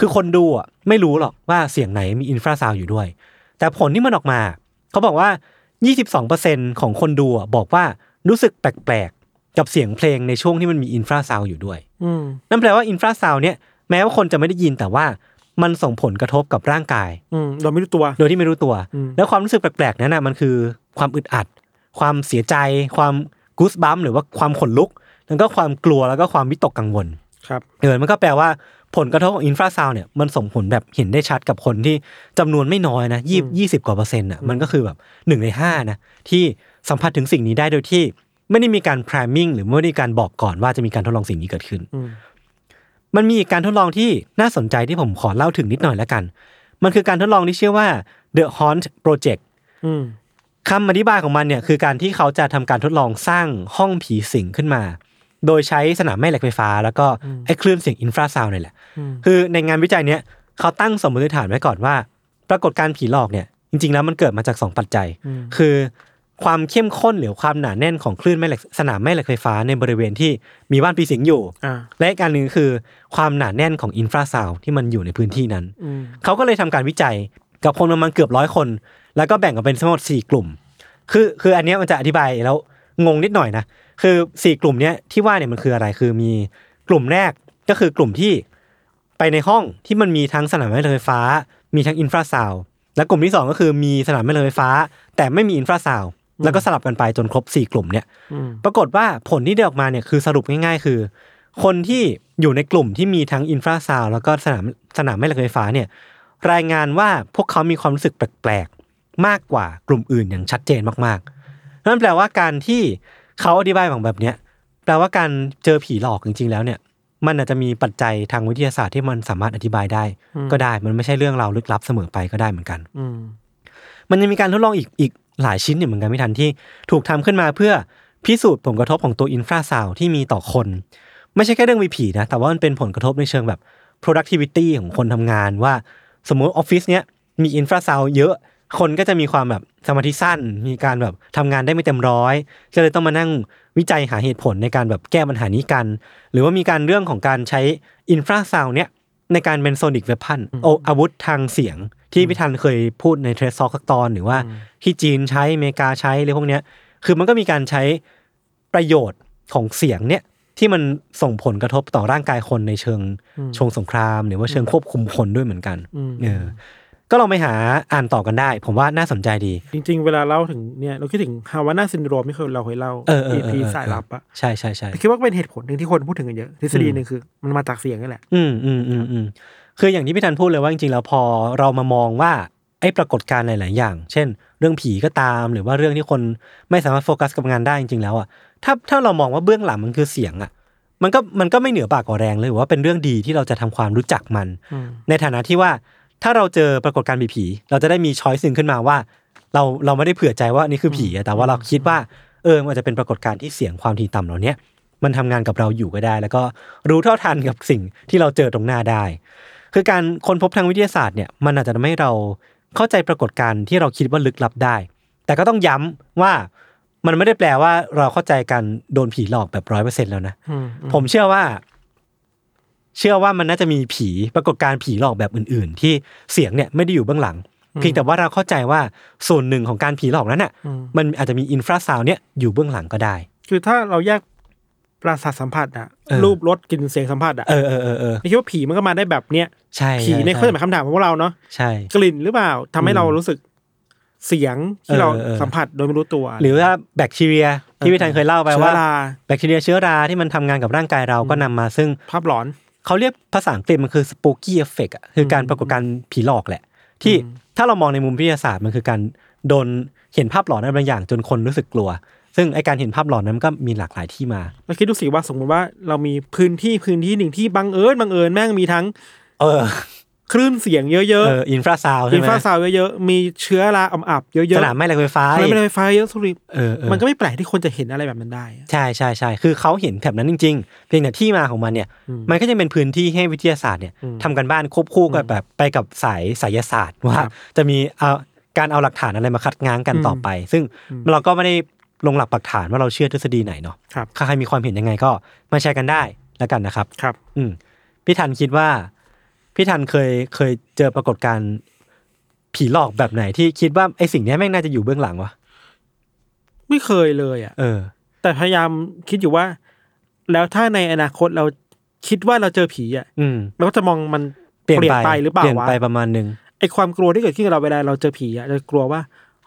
Speaker 2: คือคนดูอ่ะไม่รู้หรอกว่าเสียงไหนมีอินฟราซาวอยู่ด้วย แต่ผลที่มันออกมา เขาบอกว่า 22%ของคนดูอะบอกว่ารู้สึกแปลกๆ กับเสียงเพลงในช่วงที่มันมีอินฟราซาวอยู่ด้วย
Speaker 3: อืม
Speaker 2: นั่นแปลว่าอินฟราซาวเนี่ยแม้ว่าคนจะไม่ได้ยินแต่ว่ามันส่งผลกระทบกับร่างกาย
Speaker 3: อืมเราไม่รู้ตัว
Speaker 2: โดยที่ไม่รู้ตัว
Speaker 3: อืม
Speaker 2: แล้วความรู้สึกแปลกๆนั้นนะมันคือความอึดอัด ความเสียใจ ความกูสบัมหรือว่าความขนลุก แล้วก็ความกลัวแล้วก็ความวิตกกังวล
Speaker 3: ครับ
Speaker 2: เออมันก็แปลว่าผลกระทบของอินฟราซาวเนี่ยมันส่งผลแบบเห็นได้ชัดกับคนที่จำนวนไม่น้อยนะยี่ยี่สิบกว่าเปอร์เซ็นต์อ่ะมันก็คือแบบหนึ่งในห้านะที่สัมผัสถึงสิ่งนี้ได้โดยที่ไม่ได้มีการ priming หรือไม่ได้มีการบอกก่อนว่าจะมีการทดลองสิ่งนี้เกิดขึ้น
Speaker 3: อืม
Speaker 2: มันมีอีกการทดลองที่น่าสนใจที่ผมขอเล่าถึงนิดหน่อยแล้วกัน มันคือการทดลองที่ชื่อว่า The Haunt Project
Speaker 3: อืม
Speaker 2: คำอธิบายของมันเนี่ยคือการที่เขาจะทำการทดลองสร้างห้องผีสิงขึ้นมา โดยใช้สนามแม่เหล็กไฟฟ้า แล้วก็ไอ้คลื่นเสียงอินฟราซาวน์นี่แหละ
Speaker 3: อืม
Speaker 2: คือในงานวิจัยเนี้ยเขาตั้งสมมติฐานไว้ก่อนว่า ปรากฏการณ์ผีหลอกเนี่ยจริงๆแล้วมันเกิดมาจากสองปัจจัย
Speaker 3: อืม
Speaker 2: คือความเข้มข้นหรือความหนาแน่นของคลื่นแม่เหล็กสนามแม่เหล็กไฟฟ้าในบริเวณที่มีบ้านผีสิงอยู่
Speaker 3: อ่า
Speaker 2: และอีกอันหนึ่งคือความหนาแน่นของอินฟราซาวด์ที่มันอยู่ในพื้นที่นั้น
Speaker 3: อืม
Speaker 2: เขาก็เลยทำการวิจัยกับคนประมาณเกือบร้อยคน แล้วก็แบ่งออกเป็นทั้งหมดสี่กลุ่ม คือคืออันเนี้ยมันจะอธิบายแล้วงงนิดหน่อยนะ คือสี่กลุ่มเนี้ยที่ว่าเนี่ยมันคืออะไร คือมีกลุ่มแรกก็คือกลุ่มที่ไปในห้องที่มันมีทั้งสนามแม่เหล็กไฟฟ้า มีทั้งอินฟราซาวด์และกลุ่มที่สองก็คือมีสนามแม่เหล็กไฟฟ้า แต่ไม่มีอินฟราซาวด์แล้วก็สลับกันไปจนครบสี่กลุ่มเนี่ย
Speaker 3: อืม
Speaker 2: ปรากฏว่าผลที่ได้ออกมาเนี่ยคือสรุปง่ายๆ คือ คนที่อยู่ในกลุ่มที่มีทั้งอินฟราซาวแล้วก็สนามสนามแม่เหล็กไฟฟ้าเนี่ยรายงานว่าพวกเขามีความรู้สึกแปลกๆ มากกว่ากลุ่มอื่นอย่างชัดเจนมากๆ นั่นแปลว่าการที่เขาอธิบายแบบเนี้ยแปลว่าการเจอผีหลอกจริงๆ แล้วเนี่ย มันอาจจะมีปัจจัยทางวิทยาศาสตร์ที่มันสามารถอธิบายได้
Speaker 3: อืม
Speaker 2: ก็ได้มันไม่ใช่เรื่องเราวลึกลับเสมอไปก็ได้เหมือนกัน
Speaker 3: อืม
Speaker 2: มันยังมีการทดลองอีกอีกหลายชิ้นอยู่เหมือนกันไม่ทันที่ถูกทำขึ้นมาเพื่อพิสูจน์ผลกระทบของตัวอินฟราซาวที่มีต่อคน ไม่ใช่แค่เรื่องมีผีนะ แต่ว่ามันเป็นผลกระทบในเชิงแบบ productivity ของคนทำงานว่าสมมติออฟฟิศเนี้ยมีอินฟราซาวเยอะ คนก็จะมีความแบบสมาธิสั้น มีการแบบทำงานได้ไม่เต็มร้อยก็เลยต้องมานั่งวิจัยหาเหตุผลในการแบบแก้ปัญหานี้กัน หรือว่ามีการเรื่องของการใช้อินฟราซาวเนี้ย ในการเป็นโซนิกเวพันโออาวุธทางเสียง ที่พี่ทันเคยพูดในเทรซซอคักตอน หรือว่าที่จีนใช้อเมริกาใช้อะไรพวกเนี้ย คือมันก็มีการใช้ประโยชน์ของเสียงเนี่ยที่มันส่งผลกระทบต่อร่างกายคนในเชิงชงสงคราม หรือว่าเชิงควบคุมคนด้วยเหมือนกัน
Speaker 3: อืม
Speaker 2: เออก็ลองไปหาอ่านต่อกันได้ ผมว่าน่าสนใจดี
Speaker 3: จริง ๆ เวลาเล่าถึงเนี่ยเราคิดถึงฮาวาน่าซินโดรมที่เคยเราเคยเล่า
Speaker 2: เออเออเออ
Speaker 3: พี
Speaker 2: เออ
Speaker 3: สายลับอะ
Speaker 2: ใช่ใช่ใช่
Speaker 3: แต่คิดว่าเป็นเหตุผลหนึ่งที่คนพูดถึงกันเยอะทฤษฎีหนึ่งคือมันมาจากเสียงนี่แหละ
Speaker 2: อืมอืมอืมอืมคืออย่างที่พี่ธันพูดเลยว่าจริงๆแล้วพอเรามามองว่าไอ้ปรากฏการณ์หลายๆอย่าง เช่น เรื่องผีก็ตาม หรือว่าเรื่องที่คนไม่สามารถโฟกัสกับงานได้จริงๆแล้วอ่ะถ้าถ้าเรามองว่าเบื้องหลังมันคือเสียงอ่ะ มันก็มันก็ไม่เหนือปากกว่าแรงเลยหรือว่าเป็นเรื่องดีที่เราจะทำความรู้จักมัน
Speaker 3: อืม
Speaker 2: ในฐานะที่ว่าถ้าเราเจอปรากฏการณ์ผีๆเราจะได้มีช้อยสิ่งขึ้นมาว่า เราเราไม่ได้เผื่อใจว่านี่คือผีอะแต่ว่าเราคิดว่าเออมันอาจจะเป็นปรากฏการณ์ที่เสียงความถี่ต่ำเหล่าเนี้ยมันทำงานกับเราอยู่ก็ได้ แล้วก็รู้เท่าทันกับสิ่งที่เราเจอตรงหน้าได้ คือการค้นพบทางวิทยาศาสตร์เนี่ยมันอาจจะทำให้เราเข้าใจปรากฏการณ์ที่เราคิดว่าลึกลับได้ แต่ก็ต้องย้ำว่ามันไม่ได้แปลว่าเราเข้าใจการโดนผีหลอกแบบร้อยเปอร์เซ็นต์แล้วนะ
Speaker 3: อืมอืม
Speaker 2: ผมเชื่อว่า เชื่อว่ามันน่าจะมีผีปรากฏการณ์ผีหลอกแบบอื่น ๆ ที่เสียงเนี่ยไม่ได้อยู่เบื้องหลัง เพียงแต่ว่าเราเข้าใจว่าส่วนหนึ่งของการผีหลอกนั้นน่ะ
Speaker 3: อืม
Speaker 2: มันอาจจะมีอินฟราซาวเนี่ยอยู่เบื้องหลังก็ได้
Speaker 3: คือถ้าเราแยกประสาทสัมผัสอะ
Speaker 2: เออ
Speaker 3: รูปรสกลิ่นเสียงสัมผัสอะ
Speaker 2: เออเออเออเออ
Speaker 3: ไม่คิดว่าผีมันก็มาได้แบบเนี้ย
Speaker 2: ใช่
Speaker 3: ผีในข้อหมายคำถามของพวกเราเนาะ
Speaker 2: ใช่
Speaker 3: กลิ่นหรือเปล่าทำให้เรารู้สึกเสียงที่เรา
Speaker 2: เออเออ
Speaker 3: สัมผัสโดยไม่รู้ตัว
Speaker 2: หรือว่าแบคทีเรียที่พี่ธันเคยเล่าไปว่า
Speaker 3: ชื้อร
Speaker 2: แบคทีเรียเชื้อราที่มันทำงานกับร่างกายเราก็นำมา ซึ่ง
Speaker 3: ภาพหลอน
Speaker 2: เขาเรียกภาษาอังกฤษมันคือ spooky effect อะคือการปรากฏการณ์ผีหลอกแหละ ที่ถ้าเรามองในมุมวิทยาศาสตร์มันคือการโดนเห็นภาพหลอนอะไรบางอย่างจนคนรู้สึกกลัว ซึ่งไอการเห็นภาพหลอนนั้นมันก็มีหลากหลายที่มา
Speaker 3: เราคิดดูสิว่าสมมติว่าเรามีพื้นที่พื้นที่หนึ่งที่บังเอิญบังเอิญแม่งมีทั้ง
Speaker 2: เออ
Speaker 3: คลื่นเสียงเย
Speaker 2: เอ
Speaker 3: อะ
Speaker 2: ออินฟราซาว
Speaker 3: ๆ
Speaker 2: ใช่
Speaker 3: อิ
Speaker 2: ไห
Speaker 3: น
Speaker 2: ม
Speaker 3: ฟราซาวด์เยอะๆมีเชื้อราอ่ำอับเยอะๆ
Speaker 2: สนามแม่เหล็กไฟฟ้า
Speaker 3: อะไรไม่ได้ไฟฟ้าเยอะสุด
Speaker 2: เออเออ
Speaker 3: มันก็ไม่แปลกที่คนจะเห็นอะไรแบบนั้นได้อะ
Speaker 2: ใช่ใช่ใช่คือเขาเห็นแบบนั้นจริง ๆ เพียงแต่ที่มาของมันเนี่ย
Speaker 3: อืม
Speaker 2: มันก็จะเป็นพื้นที่ให้วิทยาศาสตร์เนี่ย
Speaker 3: อืม
Speaker 2: ทำกันบ้านควบคู่กับแบบไปกับสายสายศาสตร์ว่า
Speaker 3: ครับ
Speaker 2: จะมีเอาการเอาหลักฐานอะไรมาคัดง้างกัน
Speaker 3: อืม
Speaker 2: ต่อไป ซึ่ง
Speaker 3: อืม
Speaker 2: เราก็ไม่ได้ลงหลักปักฐานว่าเราเชื่อทฤษฎีไหนเนาะ
Speaker 3: ครับ
Speaker 2: ใครมีความเห็นยังไงก็มาแชร์กันได้แล้วกันนะครับ
Speaker 3: ครับ
Speaker 2: อืมพี่ทันคิดว่าพี่ทันเคยเคยเจอปรากฏการณ์ผีหลอกแบบไหนที่คิดว่าไอสิ่งเนี้ยแม่งน่าจะอยู่เบื้องหลังวะ
Speaker 3: ไม่เคยเลยอ่ะ
Speaker 2: เออ
Speaker 3: แต่พยายามคิดอยู่ว่า แล้วถ้าในอนาคตเราคิดว่าเราเจอผีอ่ะ
Speaker 2: อืม
Speaker 3: เราก็จะมองมัน
Speaker 2: เปลี่ยน
Speaker 3: เปลี่ยน
Speaker 2: ไป
Speaker 3: ไปหรือเปล่า
Speaker 2: เปลี่ยน
Speaker 3: วะ
Speaker 2: ไปประมาณหนึง
Speaker 3: ไอความกลัวที่เกิดขึ้นกับเราเวลาเราเจอผีอะเรากลัวว่า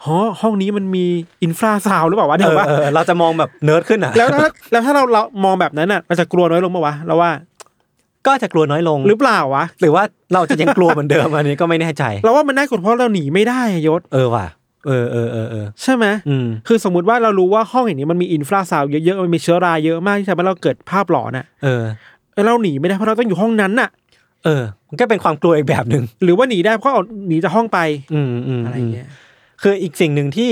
Speaker 3: หอห้องนี้มันมีอินฟราซาวด์หรือเปล่าวะเนี่ย
Speaker 2: เออ
Speaker 3: ว่า
Speaker 2: เออเราจะมองแบบเนิร์ดขึ้นอ่ะ
Speaker 3: แล้วถ้าแล้วถ้าเราเรามองแบบนั้นอ่ะเราจะกลัวน้อยลงปะวะเราว่า
Speaker 2: ก็จะกลัวน้อยลง
Speaker 3: หรือเปล่าวะ
Speaker 2: หรือว่าเราจะยังกลัวเหมือนเดิม อันนี้ก็ไม่แน่ใจ
Speaker 3: เราว่ามันน่ากลัวเพราะเราหนีไม่ได้อะยศ
Speaker 2: เออว่ะ เออเออเออเออ
Speaker 3: ใช่ไหม
Speaker 2: อืม
Speaker 3: คือสมมติว่าเรารู้ว่าห้องอย่างนี้มันมีอินฟราซาวด์เยอะๆมันมีเชื้อราเยอะมากที่ทำให้เราเกิดภาพหลอนอ่ะ
Speaker 2: เออ
Speaker 3: เออเราหนีไม่ได้เพราะเราต้องอยู่ห้องนั้นน่ะ
Speaker 2: เออ มันก็เป็นความกลัวอีกแบบหนึ่ง
Speaker 3: หรือว่าหนีได้ก็เอาหนีจากห้องไป
Speaker 2: อืมอืม
Speaker 3: อะไร
Speaker 2: อืม
Speaker 3: อย่างเงี้ย
Speaker 2: คืออีกสิ่งหนึ่งที่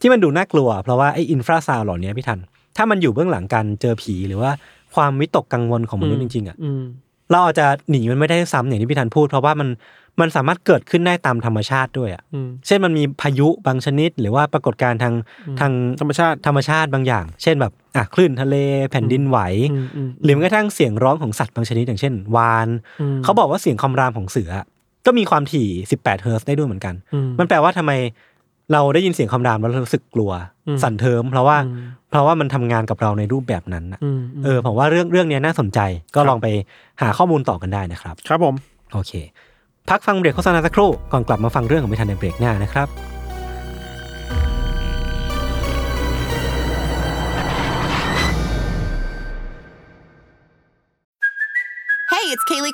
Speaker 2: ที่มันดูน่ากลัว เพราะว่าไออินฟราซาวเหล่านี้พี่ทัน ถ้ามันอยู่เบื้องหลังการเจอผี หรือว่าความวิตกกังวลของมนุษย์
Speaker 3: อื
Speaker 2: จ
Speaker 3: ม
Speaker 2: ริงๆอ่ะ
Speaker 3: อืม
Speaker 2: เราอาจจะหนีมันไม่ได้ซ้ำอย่างที่พี่ทันพูด เพราะว่ามันมันสามารถเกิดขึ้นได้ตามธรรมชาติด้วยอ่ะ
Speaker 3: อืม
Speaker 2: เช่นมันมีพายุบางชนิด หรือว่าปรากฏการณ์ทาง
Speaker 3: อืม
Speaker 2: ทาง
Speaker 3: ธรรมชาติ
Speaker 2: ธรรมชาติบางอย่าง เช่นแบบอ่ะคลื่นทะเลแผ่นดินไหว
Speaker 3: อืมอืม
Speaker 2: หรือแม้กระทั่งเสียงร้องของสัตว์บางชนิดอย่างเช่น วาน
Speaker 3: อืม
Speaker 2: เขาบอกว่าเสียงคำรามของเสือ ก็มีความถี่ 18 เฮิร์ตซ์ได้ด้วยเหมือนกัน
Speaker 3: อืม
Speaker 2: มันแปลว่าทำไมเราได้ยินเสียงคำรามแล้วเรารู้สึกกลัว
Speaker 3: อืม
Speaker 2: สั่นเทิมเพราะว่า
Speaker 3: อืม
Speaker 2: เพราะว่ามันทำงานกับเราในรูปแบบนั้นน่ะ
Speaker 3: อืมม
Speaker 2: เออผมว่าเรื่องเรื่องเนี้ยน่าสนใจก็
Speaker 3: ครับ
Speaker 2: ลองไปหาข้อมูลต่อกันได้นะครับ
Speaker 3: ครับผม
Speaker 2: โอเค พักฟังเบรกโฆษณาสักครู่ก่อนกลับมาฟังเรื่องของไม่ทันในเบรกหน้านะครับ
Speaker 4: Hey, it's Kaylee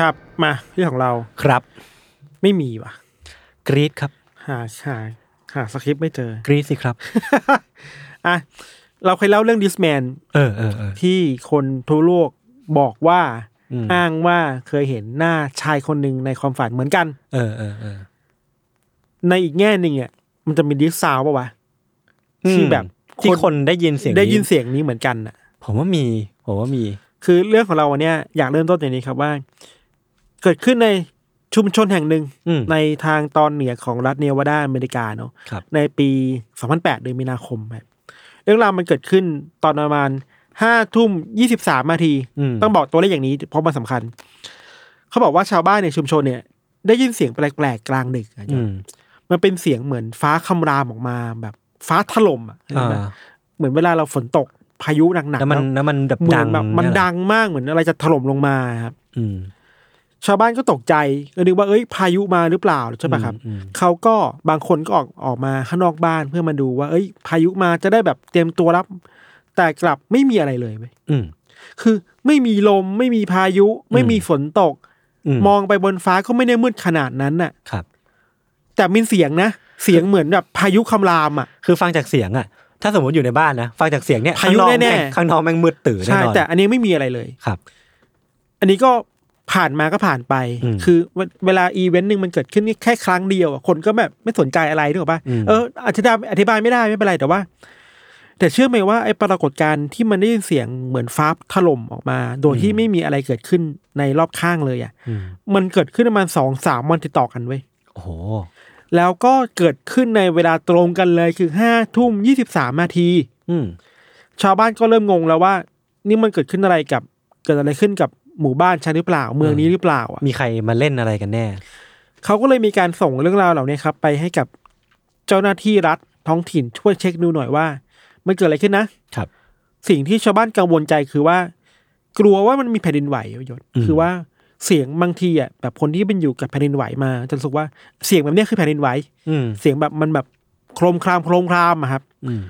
Speaker 3: ครับ มาเรื่องของเรา
Speaker 2: ครับ
Speaker 3: ไม่มีว่ะ
Speaker 2: กรีดครับ
Speaker 3: หาหาหาสคริปต์ไม่เจ
Speaker 2: [laughs]
Speaker 3: อ
Speaker 2: กรีดสิครับ
Speaker 3: อ่ะ เราเคยเล่าเรื่องดิสแมน
Speaker 2: เออเออเออ
Speaker 3: ที่คนทั่วโลกบอกว่า
Speaker 2: อืม
Speaker 3: อ้างว่าเคยเห็นหน้าชายคนหนึ่งในความฝันเหมือนกัน
Speaker 2: เออเออเออ
Speaker 3: ในอีกแง่หนึ่งอ่ะมันจะมีดิสซาวด์ป่าวะ
Speaker 2: อืม
Speaker 3: ที่แบบ
Speaker 2: ที่คนได้ยินเสียง
Speaker 3: ได้ยินเสียงนี้เหมือนกันน่ะ
Speaker 2: ผมว่ามีผมว่ามี
Speaker 3: คือเรื่องของเราวันเนี้ยอยากเริ่มต้นอย่างนี้ครับว่า เกิดขึ้นในชุมชนแห่งหนึ่ง
Speaker 2: อืม
Speaker 3: ในทางตอนเหนือของรัฐเนวาดาอเมริกาเนาะ
Speaker 2: ครับ
Speaker 3: ในปี 2008 เดือนมีนาคมครับเรื่องราวมันเกิดขึ้นตอนประมาณ 5 ทุ่ม 23นาที
Speaker 2: อืม
Speaker 3: ต้องบอกตัวเลขอย่างนี้เพราะมันสำคัญ เขาบอกว่าชาวบ้านในชุมชนเนี่ย ได้ยินเสียงแปลกๆ กลางดึกอะ
Speaker 2: อืม
Speaker 3: มันเป็นเสียงเหมือนฟ้าคำรามออกมาแบบฟ้าถล่มอะเห็น
Speaker 2: อ่า
Speaker 3: ไหมเหมือนเวลาเราฝนตกพายุหนัก
Speaker 2: แล้ว
Speaker 3: ๆ
Speaker 2: มัน
Speaker 3: แล้ว
Speaker 2: แล้วมันแบบ
Speaker 3: เหมื
Speaker 2: ดั
Speaker 3: อน
Speaker 2: ง
Speaker 3: แบบมัน
Speaker 2: เยเหรอ
Speaker 3: ดังมากเหมือนอะไรจะถล่มลงมาครับ
Speaker 2: อืม
Speaker 3: ชาวบ้านก็ตกใจก็นึกว่าเอ้ยพายุมาหรือเปล่าใช่ปะครับ
Speaker 2: อืมอืม
Speaker 3: เขาก็บางคนก็ออกออกมาข้างนอกบ้านเพื่อมาดูว่า เอ้ย พายุมาจะได้แบบเตรียมตัวรับ แต่กลับไม่มีอะไรเลยเว้ย
Speaker 2: อืม
Speaker 3: คือไม่มีลมไม่มีพายุ ไม่มีฝนตก
Speaker 2: อืม
Speaker 3: มองไปบนฟ้าก็ไม่ได้มืดขนาดนั้นน่ะ
Speaker 2: ครับ
Speaker 3: แต่มีเสียงนะ เสียงเหมือนแบบพายุคำรามอ่ะ
Speaker 2: คือฟังจากเสียงอ่ะ ถ้าสมมติอยู่ในบ้านนะฟังจากเสียงเนี่ย
Speaker 3: พายุ
Speaker 2: ข้งอก
Speaker 3: แน่ๆ
Speaker 2: ม่งข้างนอกแม่งมืดตื่นแน่
Speaker 3: ใช่
Speaker 2: นอน
Speaker 3: แต่อันนี้ไม่มีอะไรเลย
Speaker 2: ครับ
Speaker 3: อันนี้ก็ผ่านมาก็ผ่านไป
Speaker 2: อืม
Speaker 3: คือเวเวลาอีเวนต์หนึ่งมันเกิดขึ้นแค่ครั้งเดียวอะคนก็แบบไม่สนใจอะไรนึกออกปะ
Speaker 2: อืม
Speaker 3: เอออธิบายอธิบายไม่ได้ไม่เป็นไรแต่ว่า แต่เชื่อไหมว่าไอ้ปรากฏการณ์ที่มันได้ยินเสียงเหมือนฟ้าถล่มออกมา โดยที่ไม่มีอะไรเกิดขึ้นในรอบข้างเลยอ่ะ
Speaker 2: อืม
Speaker 3: มันเกิดขึ้นประมาณสองสามวันติดต่อกันเว้ย
Speaker 2: โอ้โห
Speaker 3: แล้วก็เกิดขึ้นในเวลาตรงกันเลยคือห้าทุ่มยี่สิบสามนาที
Speaker 2: อืม
Speaker 3: ชาวบ้านก็เริ่มงงแล้วว่า นี่มันเกิดขึ้นอะไรกับ เกิดอะไรขึ้นกับหมู่บ้านฉันหรือเปล่า เมืองนี้หรือเปล่าอ่ะ
Speaker 2: มีใครมาเล่นอะไรกันแน่
Speaker 3: เขาก็เลยมีการส่งเรื่องราวเหล่านี้ครับ ไปให้กับเจ้าหน้าที่รัฐท้องถิ่นช่วยเช็คดูหน่อยว่า มันเกิดอะไรขึ้นนะ
Speaker 2: ครับ
Speaker 3: สิ่งที่ชาวบ้านกังวลใจคือว่า กลัวว่ามันมีแผ่นดินไหวประโยชน์
Speaker 2: อืม
Speaker 3: คือว่าเสียงบางทีอ่ะแบบคนที่เป็นอยู่กับแผ่นดินไหวมาจะรู้สึกว่าเสียงแบบเนี้ยคือแผ่นดินไหว
Speaker 2: อืม
Speaker 3: เสียงแบบมันแบบโครมครามโครมครามอะครับ
Speaker 2: อืม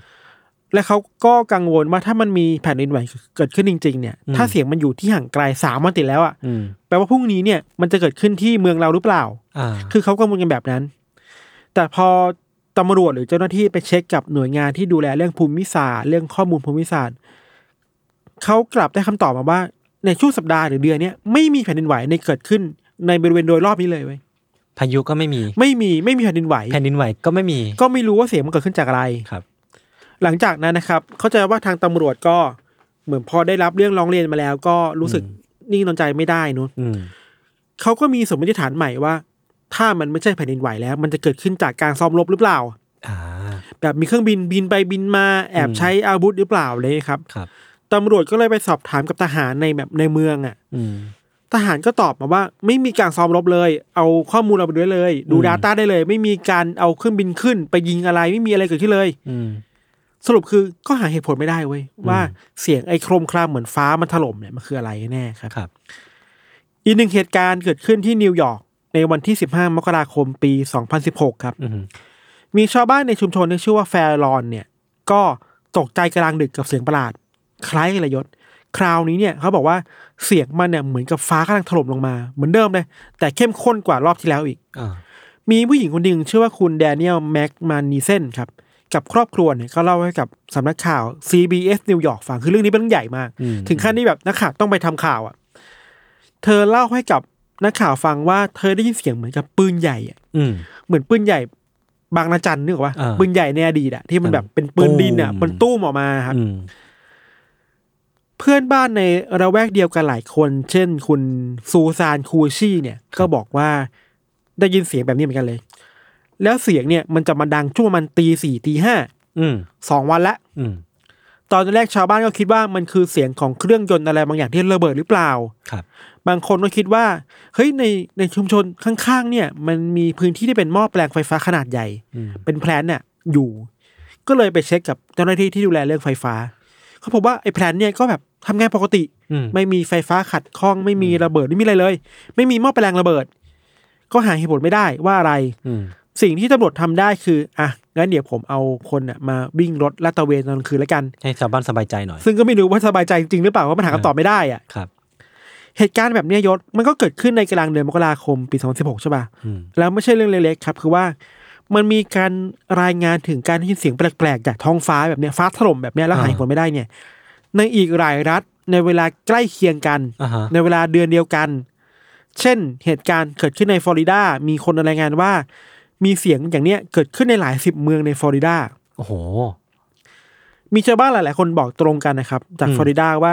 Speaker 3: และเขาก็กังวลว่าถ้ามันมีแผ่นดินไหวเกิดขึ้นจริง ๆ เนี่ย
Speaker 2: อืม
Speaker 3: ถ้าเสียงมันอยู่ที่ห่างไกลสามวันติดแล้วอ่ะ
Speaker 2: อืม
Speaker 3: แปลว่าพรุ่งนี้เนี่ยมันจะเกิดขึ้นที่เมืองเราหรือเปล่า
Speaker 2: อ่า
Speaker 3: คือเขากังวลกันแบบนั้น แต่พอตำรวจหรือเจ้าหน้าที่ไปเช็คกับหน่วยงานที่ดูแลเรื่องภูมิศาสตร์เรื่องข้อมูลภูมิศาสตร์เขากลับได้คำตอบมาว่า ในช่วงสัปดาห์หรือเดือนเนี้ยไม่มีแผ่นดินไหวในเกิดขึ้นในบริเวณโดยรอบนี้เลยเว้ย
Speaker 2: พายุก็ไม่มี
Speaker 3: ไม่มีไม่มีแผ่นดินไหว
Speaker 2: แผ่นดินไหวก็ไม่มี
Speaker 3: ก็ไม่รู้ว่าเสียงมันเกิดขึ้นจากอะไร
Speaker 2: ครับ
Speaker 3: หลังจากนั้นนะครับ เข้าใจว่าทางตำรวจก็เหมือนพอได้รับเรื่องร้องเรียนมาแล้ว ก็รู้สึกนิ่งนอนใจไม่ได้เนอะ
Speaker 2: อืม
Speaker 3: เขาก็มีสมมติฐานใหม่ว่า ถ้ามันไม่ใช่แผ่นดินไหวแล้ว มันจะเกิดขึ้นจากการซ้อมรบหรือเปล่า
Speaker 2: อ่า
Speaker 3: แบบมีเครื่องบินบินไปบินมาแอบ
Speaker 2: อืม
Speaker 3: ใช้อาวุธหรือเปล่าเลยครับ
Speaker 2: ครับ
Speaker 3: ตำรวจก็เลยไปสอบถามกับทหารในแบบในเมืองอ่ะ
Speaker 2: อืม
Speaker 3: ทหารก็ตอบมาว่า ไม่มีการซ้อมรบเลย เอาข้อมูลเราไปด้วยเลย ดู
Speaker 2: อืม
Speaker 3: ดาต้าได้เลย ไม่มีการเอาเครื่องบินขึ้น ไปยิงอะไรไม่มีอะไรเกิดขึ้นเลย
Speaker 2: อืม
Speaker 3: สรุปคือก็หาเหตุผลไม่ได้เว้ย
Speaker 2: อืม
Speaker 3: ว่าเสียงไอ้โครมครามเหมือนฟ้ามันถล่มเนี่ยมันคืออะไรแน่ครับ
Speaker 2: ครับ
Speaker 3: อีกหนึ่งเหตุการณ์เกิดขึ้นที่นิวยอร์กในวันที่ 15 มกราคมปี 2016 ครับ
Speaker 2: อืม
Speaker 3: มีชาวบ้านในชุมชนที่ชื่อว่าแฟร์ลอนเนี่ย ก็ตกใจกลางดึกกับเสียงประหลาด คล้ายกันเลยยศ คราวนี้เนี่ยเขาบอกว่าเสียงมันเนี่ยเหมือนกับฟ้ากำลังถล่มลงมาเหมือนเดิมเลยแต่เข้มข้นกว่ารอบที่แล้วอีก
Speaker 2: อ่า
Speaker 3: มีผู้หญิงคนหนึ่งชื่อว่าคุณแดเนียลแม็กมานีเซนครับ กับครอบครัวเนี่ยก็เล่าให้กับสำนักข่าว CBS นิวยอร์กฟังคือเรื่องนี้เป็นเรื่องใหญ่มาก
Speaker 2: อืม
Speaker 3: ถึงขั้นที่แบบนักข่าวต้องไปทำข่าวอ่ะ เธอเล่าให้กับนักข่าวฟังว่าเธอได้ยินเสียงเหมือนกับปืนใหญ่อะ
Speaker 2: อืม
Speaker 3: เหมือนปืนใหญ่ บางระจันนึกออกว่า
Speaker 2: อ่า
Speaker 3: ปืนใหญ่ในอดีตอะที่มันแบบเป็นปืนดินอะ
Speaker 2: ตู้ม
Speaker 3: มันตู้มออกมาครับ
Speaker 2: อืม
Speaker 3: เพื่อนบ้านในระแวกเดียวกันหลายคน เช่น คุณซูซานคูชี่เนี่ย ก็บอกว่าได้ยินเสียงแบบนี้เหมือนกันเลย แล้วเสียงเนี่ยมันจะมาดังช่วงประมันตีสี่ตีห้า
Speaker 2: อืม
Speaker 3: สองวันละ
Speaker 2: อืม
Speaker 3: ตอนแรกชาวบ้านก็คิดว่ามันคือเสียงของเครื่องยนต์อะไรบางอย่างที่ระเบิดหรือเปล่า
Speaker 2: ครับ
Speaker 3: บางคนก็คิดว่าเฮ้ยในในชุมชนข้างๆ เนี่ย มันมีพื้นที่ที่เป็นหม้อแปลงไฟฟ้าขนาดใหญ่
Speaker 2: อืม
Speaker 3: เป็นแพลนน่ะอยู่ ก็เลยไปเช็คกับเจ้าหน้าที่ที่ดูแลเรื่องไฟฟ้าเขาพบว่าไอ้แพลนเนี่ยก็แบบทำงานปกติ
Speaker 2: อืม
Speaker 3: ไม่มีไฟฟ้าขัดข้องไม่มีระเบิดไม่มีอะไรเลย ไม่มีหม้อแปลงระเบิด ก็หาเหตุผลไม่ได้ว่าอะไร
Speaker 2: อืม
Speaker 3: สิ่งที่ตำรวจทำได้คืออ่ะงั้นเดี๋ยวผมเอาคนน่ะมาวิ่งรถลาดตระเวนตอนกลางคืนแล้วกัน
Speaker 2: ให้ชาวบ้านสบายใจหน่อย
Speaker 3: ซึ่งก็ไม่รู้ว่าสบายใจจริงหรือเปล่าว่ามันหาคำตอบไม่ได้อ่ะ
Speaker 2: ครับ
Speaker 3: เหตุการณ์แบบเนี้ยยศมันก็เกิดขึ้นในกลางเดือนมกราคมปี 2016 ใช่ป่ะ
Speaker 2: อืม
Speaker 3: แล้วไม่ใช่เรื่องเล็กๆครับ คือว่า มันมีการรายงานถึงการได้ยินเสียงแปลกๆจากท้องฟ้าแบบเนี้ยฟ้าถล่มแบบเนี้ยแล้วหาเหตุผลไม่ได้เนี่ย ในอีกหลายรัฐในเวลาใกล้เคียงกัน
Speaker 2: อ่าฮะ
Speaker 3: ในเวลาเดือนเดียวกัน เช่น เหตุการณ์เกิดขึ้นในฟลอริดา มีคนรายงานว่า มีเสียงอย่างเนี้ยเกิดขึ้นในหลายสิบเมืองในฟลอริดา
Speaker 2: โอ้โห
Speaker 3: มีชาวบ้านหลาย ๆ คนบอกตรงกันนะครับ จาก
Speaker 2: อืม
Speaker 3: ฟลอริดาว่า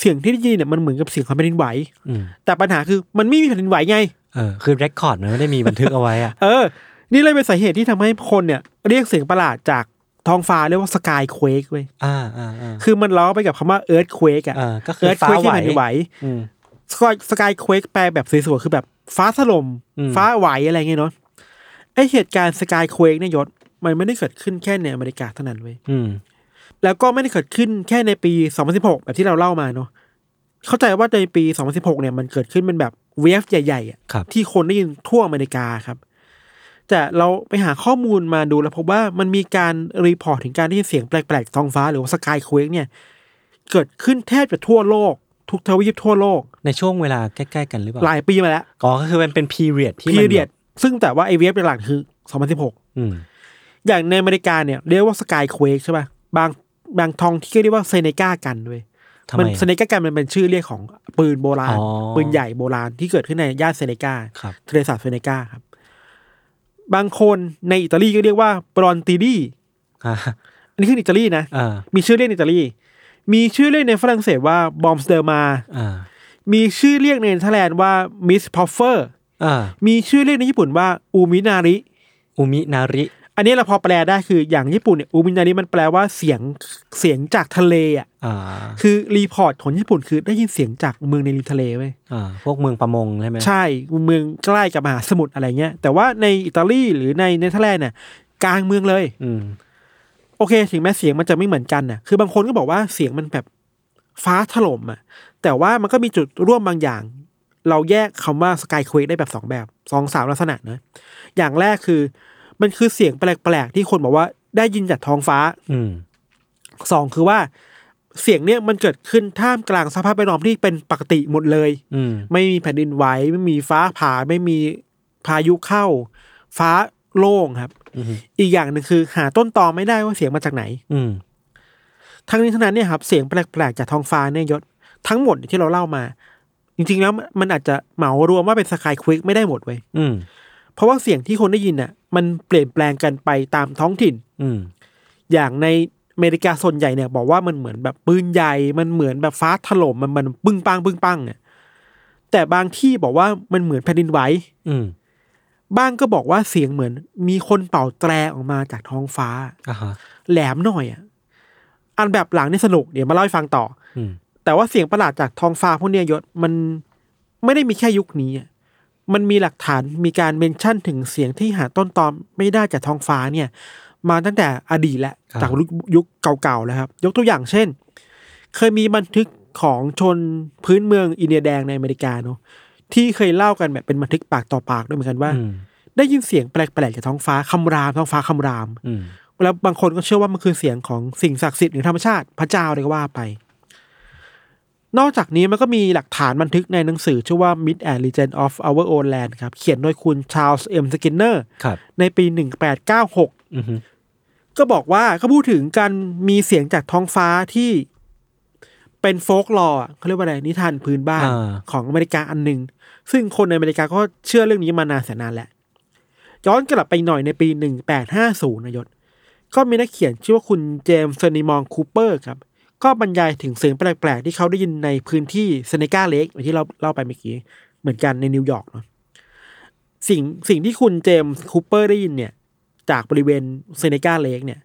Speaker 3: เสียงที่ได้ยินเนี่ยมันเหมือนกับเสียงของแผ่นดินไหว
Speaker 2: อืม
Speaker 3: แต่ปัญหาคือมันไม่มีแผ่นดินไหวไง
Speaker 2: เออคือเรคคอร์ดมันไม่ได้มีบันทึกเอาไว้อ่ะ
Speaker 3: เออ นี่เลยเป็นสาเหตุที่ทำให้คนเนี่ย เรียกเสียงประหลาดจากท้องฟ้าเรียกว่าสกายเควกเว้ย
Speaker 2: อ่าอ่าอ่า
Speaker 3: คือมันล้อไปกับคำว่าเอิร์ธเควกอะ
Speaker 2: อ่าก็คือ
Speaker 3: เอิร์ธเควก
Speaker 2: ฟ้าไหว
Speaker 3: ที่แผ่นดินไหว
Speaker 2: อืม
Speaker 3: สกายสกายเควกแปลแบบสวยๆคือแบบฟ้าถล่ม
Speaker 2: อืม
Speaker 3: ฟ้าไหวอะไรเงี้ยเนาะไอเหตุการณ์สกายเควกเนี่ยยศ มันไม่ได้เกิดขึ้นแค่ในอเมริกาเท่านั้นเว้ย
Speaker 2: อืม
Speaker 3: แล้วก็ไม่ได้เกิดขึ้นแค่ในปี 2016 แบบที่เราเล่ามาเนาะเข้าใจว่าในปี 2016 เนี่ยมันเกิดขึ้นเป็นแบบเวฟใหญ่ๆอะ
Speaker 2: ครับ
Speaker 3: ที่คนได้ยินทั่วอเมริกาครับ แต่เราไปหาข้อมูลมาดูแล้วพบว่ามันมีการรีพอร์ตถึงการได้ยินเสียงแปลกๆท้องฟ้าหรือว่าสกายเควกเนี่ยเกิดขึ้นแทบจะทั่วโลก ทุกทวีปทั่วโลก
Speaker 2: ในช่วงเวลาใกล้ๆกันหรือเปล่า
Speaker 3: หลายปีมาแล้ว
Speaker 2: อ๋อก็คือมันเป็นพีเรียดที่
Speaker 3: พี
Speaker 2: มัน
Speaker 3: เรียด
Speaker 2: แบบ
Speaker 3: ซึ่งแต่ว่าไอเวฟหลักๆคือ 2016
Speaker 2: อืม
Speaker 3: อย่างในอเมริกาเนี่ย เรียกว่าสกายเควกใช่ป่ะ บางบางทองที่เรียกว่าเซเนกากันเว้ย
Speaker 2: ทำ
Speaker 3: มั
Speaker 2: ไม
Speaker 3: เซเน
Speaker 2: อะ
Speaker 3: กากันมันเป็นชื่อเรียกของปืนโบราณ
Speaker 2: อ๋อ
Speaker 3: ปืนใหญ่โบราณที่เกิดขึ้นในย่านเซเนกา
Speaker 2: ครับ
Speaker 3: ทะเลสาบเซเนกาครับ บางคนในอิตาลีก็เรียกว่าบรอนติดี
Speaker 2: อ่า
Speaker 3: อันนี้คืออิตาลีนะ
Speaker 2: อ่า
Speaker 3: มีชื่อเรียกในอิตาลี มีชื่อเรียกในฝรั่งเศสว่าบอมสเดอร์มา
Speaker 2: อ่า
Speaker 3: มีชื่อเรียกในเนเธอร์แลนด์ว่ามิสพอฟเฟอร์
Speaker 2: อ่า
Speaker 3: มีชื่อเรียกในญี่ปุ่นว่าอูมินาริ
Speaker 2: อุมินาริ
Speaker 3: อันนี้เราพอแปลได้คืออย่างญี่ปุ่นเนี่ยอูมินาริมันแปลว่าเสียงเสียงจากทะเลอ่ะ
Speaker 2: อ่า
Speaker 3: คือรีพอร์ตของญี่ปุ่นคือได้ยินเสียงจากเมืองในริมทะเลเว้ย
Speaker 2: อ่าพวกเมืองประมงใช่ไหม
Speaker 3: ใช่เมืองใกล้กับมหาสมุทรอะไรเงี้ยแต่ว่าในอิตาลีหรือในเนเธอร์แลนด์เนี่ยกลางเมืองเลย
Speaker 2: อืม
Speaker 3: โอเค ถึงแม้เสียงมันจะไม่เหมือนกันน่ะ คือบางคนก็บอกว่าเสียงมันแบบฟ้าถล่มอ่ะ แต่ว่ามันก็มีจุดร่วมบางอย่าง เราแยกคำว่าสกายค a k e ได้แบบสองแบบสองสามลักษณะนะ อย่างแรกคือ มันคือเสียงแปลกๆที่คนบอกว่าได้ยินจากท้องฟ้า
Speaker 2: อืม
Speaker 3: สองคือว่าเสียงเนี่ยมันเกิดขึ้นท่ามกลางสภาพแวดล้อมที่เป็นปกติหมดเลย
Speaker 2: อืม
Speaker 3: ไม่มีแผ่นดินไหวไม่มีฟ้าผ่าไม่มีพายุเข้า ฟ้าโล่งครับ
Speaker 2: อือฮึ
Speaker 3: อีกอย่างหนึ่งคือหาต้นตอไม่ได้ว่าเสียงมาจากไหน
Speaker 2: อืม
Speaker 3: ทั้งนี้ทั้งนั้นเนี่ยครับเสียงแปลกๆจากท้องฟ้าเนี่ยยศทั้งหมดที่เราเล่ามา จริงๆแล้วมันอาจจะเหมารวมว่าเป็นสกายควิกไม่ได้หมดเว้ย
Speaker 2: อืม
Speaker 3: เพราะว่าเสียงที่คนได้ยินน่ะมันเปลี่ยนแปลงกันไปตามท้องถิ่น
Speaker 2: อืม
Speaker 3: อย่างในอเมริกาส่วนใหญ่เนี่ยบอกว่ามันเหมือนแบบปืนใหญ่มันเหมือนแบบฟ้าถล่มมันมันบึ้งปังบึ้งปังอ่ะแต่บางที่บอกว่ามันเหมือนแผ่นดินไหว
Speaker 2: อืม
Speaker 3: บ้างก็บอกว่าเสียงเหมือน มีคนเป่าแตรออกมาจากท้องฟ้า
Speaker 2: อ่าฮะ
Speaker 3: แหลมหน่อยอ่ะอันแบบหลังนี่สนุกเดี๋ยวมาเล่าให้ฟังต่อ
Speaker 2: อืม
Speaker 3: แต่ว่าเสียงประหลาดจากท้องฟ้าพวกเนี้ยยศมันไม่ได้มีแค่ยุคนี้อะมันมีหลักฐานมีการเมนชั่นถึงเสียงที่หาต้นตอไม่ได้จากท้องฟ้าเนี่ย มาตั้งแต่อดีตแล้ว
Speaker 2: ครับ
Speaker 3: จากยุคเก่าๆแล้วครับ ยกตัวอย่างเช่น เคยมีบันทึกของชนพื้นเมืองอินเดียแดงในอเมริกาเนาะที่เคยเล่ากันแบบเป็นบันทึกปากต่อปากด้วยเหมือนกันว่า
Speaker 2: อืม
Speaker 3: ได้ยินเสียงแปลกๆจากท้องฟ้าคำรามท้องฟ้าคำราม
Speaker 2: อืม
Speaker 3: แล้วบางคนก็เชื่อว่ามันคือเสียงของสิ่งศักดิ์สิทธิ์หรือธรรมชาติพระเจ้าเลยก็ว่าไป นอกจากนี้มันก็มีหลักฐานบันทึกในหนังสือ ชื่อว่า Myth and Legend of Our Own Land ครับ เขียนโดยคุณชาลส์เอ็มสกินเนอร์
Speaker 2: ครับ
Speaker 3: ในปี 1896
Speaker 2: อืมฮึ
Speaker 3: ก็บอกว่าเขาพูดถึงการมีเสียงจากท้องฟ้าที่เป็นโฟกลอร์อะเขาเรียกว่าอะไรนิทานพื้นบ้าน
Speaker 2: อ่า
Speaker 3: ของอเมริกาอันหนึ่งซึ่งคนในอเมริกาก็เชื่อเรื่องนี้มานานแสนนานแล้ว ย้อนกลับไปหน่อยในปี 1850นายศ ก็มีนักเขียนชื่อว่าคุณเจมส์เซนิมองคูเปอร์ครับ ก็บรรยายถึงเสียงแปลกๆ ที่เขาได้ยินในพื้นที่เซเนกาเลกที่เราเล่าไปเมื่อกี้ เหมือนกันในนิวยอร์กเนาะสิ่งสิ่งที่คุณเจมส์คูเปอร์ได้ยินเนี่ย จากบริเวณเซเนกาเลกเนี่ย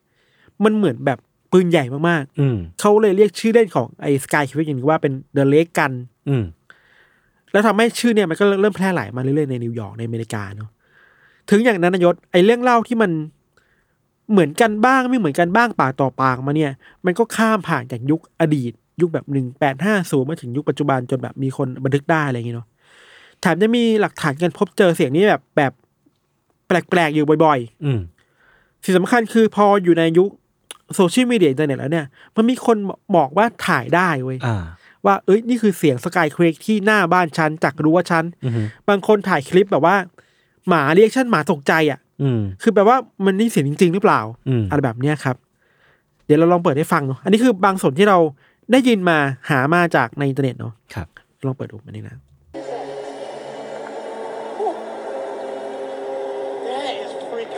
Speaker 3: มันเหมือนแบบปืนใหญ่มาก
Speaker 2: อืม
Speaker 3: ๆ เขาเลยเรียกชื่อเล่นของไอ้สกายคิวอย่างนี้ว่าเป็นเดอะเลกกัน
Speaker 2: อืม
Speaker 3: แล้วทำให้ชื่อเนี่ยมันก็เริ่มแพร่หลายมาเรื่อยๆในนิวยอร์กในอเมริกาเนาะถึงอย่างนั้นนายศไอ้เรื่องเล่าที่มันเหมือนกันบ้างไม่เหมือนกันบ้างปากต่อปากมาเนี่ย มันก็ข้ามผ่านจากยุคอดีต ยุคแบบหนึ่งแปดห้าศูนย์มาถึงยุคปัจจุบันจนแบบมีคนบันทึกได้อะไรอย่างเงี้เนาะแถมจะมีหลักฐานการพบเจอเสียงนี้แบบแบบแปลกๆอยู่บ่อย ๆ
Speaker 2: อืม
Speaker 3: สิ่งสำคัญคือพออยู่ในยุคโซเชียลมีเดียอินเทอร์เน็ตแล้วเนี่ย มันมีคนบอกว่าถ่ายได้เว้ย
Speaker 2: อ่า
Speaker 3: ว่าเอ้ยนี่คือเสียงสกายเครกที่หน้าบ้านฉันจากรั้วฉัน
Speaker 2: อืมฮึ
Speaker 3: บางคนถ่ายคลิปแบบว่า หมาเรียกฉันหมาตกใจอ่ะ
Speaker 2: อืม
Speaker 3: คือแปลว่ามันนี่เสียงจริง ๆ หรือเปล่า
Speaker 2: อืม
Speaker 3: อะไรแบบเนี้ยครับ เดี๋ยวเราลองเปิดให้ฟังเนาะอันนี้คือบางส่วนที่เราได้ยินมาหามาจากในอินเทอร์เน็ตเนาะ
Speaker 2: ครับ
Speaker 3: ลองเปิดดูมันนี่นะ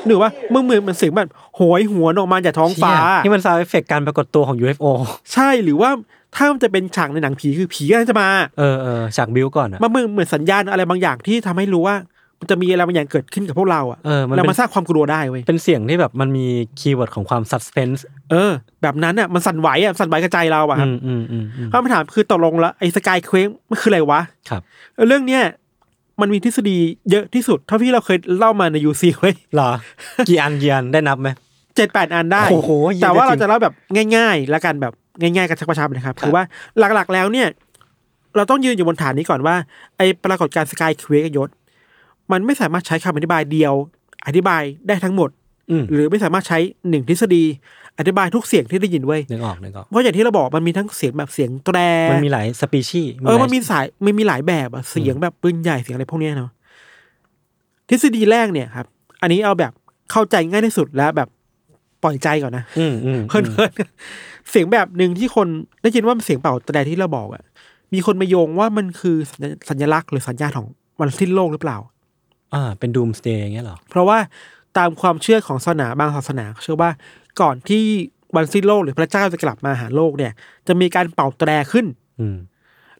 Speaker 3: หรือว่ามึงเหมือนมันเสียงแบบโหยหวนออกมาจากท้องฟ้า
Speaker 2: เชี่ยนี่มันซาวเอฟเฟกการปรากฏตัวของ UFO
Speaker 3: ใช่หรือว่าถ้ามันจะเป็นฉากในหนังผีคือผีกำลังจะมา
Speaker 2: เออเออฉากบิวก่อนอ่ะ
Speaker 3: มันเหมือนเหมือนสัญญาณอะไรบางอย่างที่ทำให้รู้ว่า มันจะมีอะไรบางอย่างเกิดขึ้นกับพวกเราอ่ะ
Speaker 2: เออมันเป็น
Speaker 3: แล้วมันสร้างความกลัวได้เว้ย
Speaker 2: เป็นเสียงที่แบบมันมีคีย์เวิร์ดของความซับ p e น s ์
Speaker 3: เออ แบบนั้นอ่ะมันสั่นไหวอ่ะสั่นไหวกระจายเราอ่ะค
Speaker 2: อื
Speaker 3: รับ
Speaker 2: มอืมอืมอืม
Speaker 3: คำถามคือตกลงแล้วไอ้สกายเคว้งมันคืออะไรวะ
Speaker 2: ครับ
Speaker 3: เรื่องเนี้ยมันมีทฤษฎีเยอะที่สุด เท่าที่เราเคยเล่ามาในยูซีเว้ย
Speaker 2: เหรอ กี่อันกี่อันได้นับไหม
Speaker 3: เจ็ดแปดอันได้
Speaker 2: โอ้โหเยอะ
Speaker 3: แต่ว่าเรา
Speaker 2: จริ
Speaker 3: จะ
Speaker 2: ง
Speaker 3: เล่าแบบง่ายๆ แล้วกันแบบง่ายๆ กันชักประชับนะค
Speaker 2: ครั
Speaker 3: รับ
Speaker 2: บ
Speaker 3: คือว่าหลักๆแล้วเนี่ย เราต้องยืนอยู่บนฐานนี้ก่อนว่า ไอ้ปรากฏการณ์สกายเควีกบยศ มันไม่สามารถใช้คำอธิบายเดียว อธิบายได้ทั้งหมด
Speaker 2: อืม
Speaker 3: หรือไม่สามารถใช้หนึ่งทฤษฎี อธิบายทุกเสียงที่ได้ยินเว้ย
Speaker 2: นึกออกนึกออก
Speaker 3: เพราะอย่างที่เราบอกมันมีทั้งเสียงแบบเสียงแตร
Speaker 2: มันมีหลายสปีชี
Speaker 3: เออ มันมีสาย มันมีหลายแบบอะเสียงแบบปืนใหญ่เสียงอะไรพวกเนี้ยเนาะ ทฤษฎีแรกเนี่ยครับ อันนี้เอาแบบเข้าใจง่ายที่สุดแล้วแบบปล่อยใจก่อนนะ
Speaker 2: อืมอืม
Speaker 3: เพื่อนเพื่อนเสียงแบบหนึ่งที่คนได้ยินว่าเป็นเสียงเป่าแตรที่เราบอกอะมีคนมาโยงว่ามันคือสัญสัญลักษณ์หรือสัญญาณของวันสิ้นโลกหรือเปล่า
Speaker 2: อ่า เป็นดูมสเตย์อย่างเงี้ยเหรอ
Speaker 3: เพราะว่าตามความเชื่อของศาสนาบางศาสนาเขาเชื่อว่าก่อนที่วันสิ้นโลกหรือพระเจ้าจะกลับมาหาโลกเนี่ย จะมีการเป่าแตรขึ้น
Speaker 2: อืม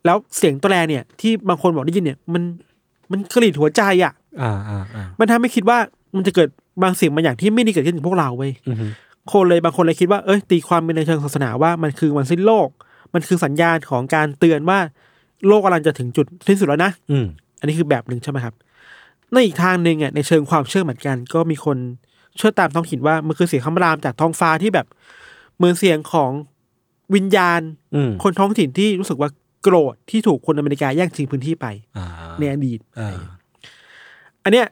Speaker 3: แล้วเสียงแตรเนี่ย ที่บางคนบอกได้ยินเนี่ย มันมันกรีดหัวใจอะ
Speaker 2: อ่าอ่าอ่า
Speaker 3: มันทำให้คิดว่ามันจะเกิดบางสิ่งบางอย่างที่ไม่ดีเกิดขึ้นกับพวกเราเว้ย
Speaker 2: อืมฮึ
Speaker 3: คนเลยบางคนเลยคิดว่าเอ้ยตีความเป็นในเชิงศาสนาว่ามันคือวันสิ้นโลก มันคือสัญญาณของการเตือนว่า โลกกำลังจะถึงจุดสิ้นสุดแล้วนะ
Speaker 2: อืม
Speaker 3: อันนี้คือแบบหนึ่งใช่ไหมครับ ในอีกทางหนึ่งอ่ะในเชิงความเชื่อเหมือนกัน ก็มีคน ช่วยตามท้องถิ่นว่ามันคือเสียงคำรามจากท้องฟ้าที่แบบเหมือนเสียงของวิญญาณ
Speaker 2: อืม
Speaker 3: คนท้องถิ่นที่รู้สึกว่าโกรธที่ถูกคนอเมริกาแย่งชิงพื้นที่ไป
Speaker 2: อ่า
Speaker 3: ในอดีต
Speaker 2: อ่า
Speaker 3: อันเนี้ย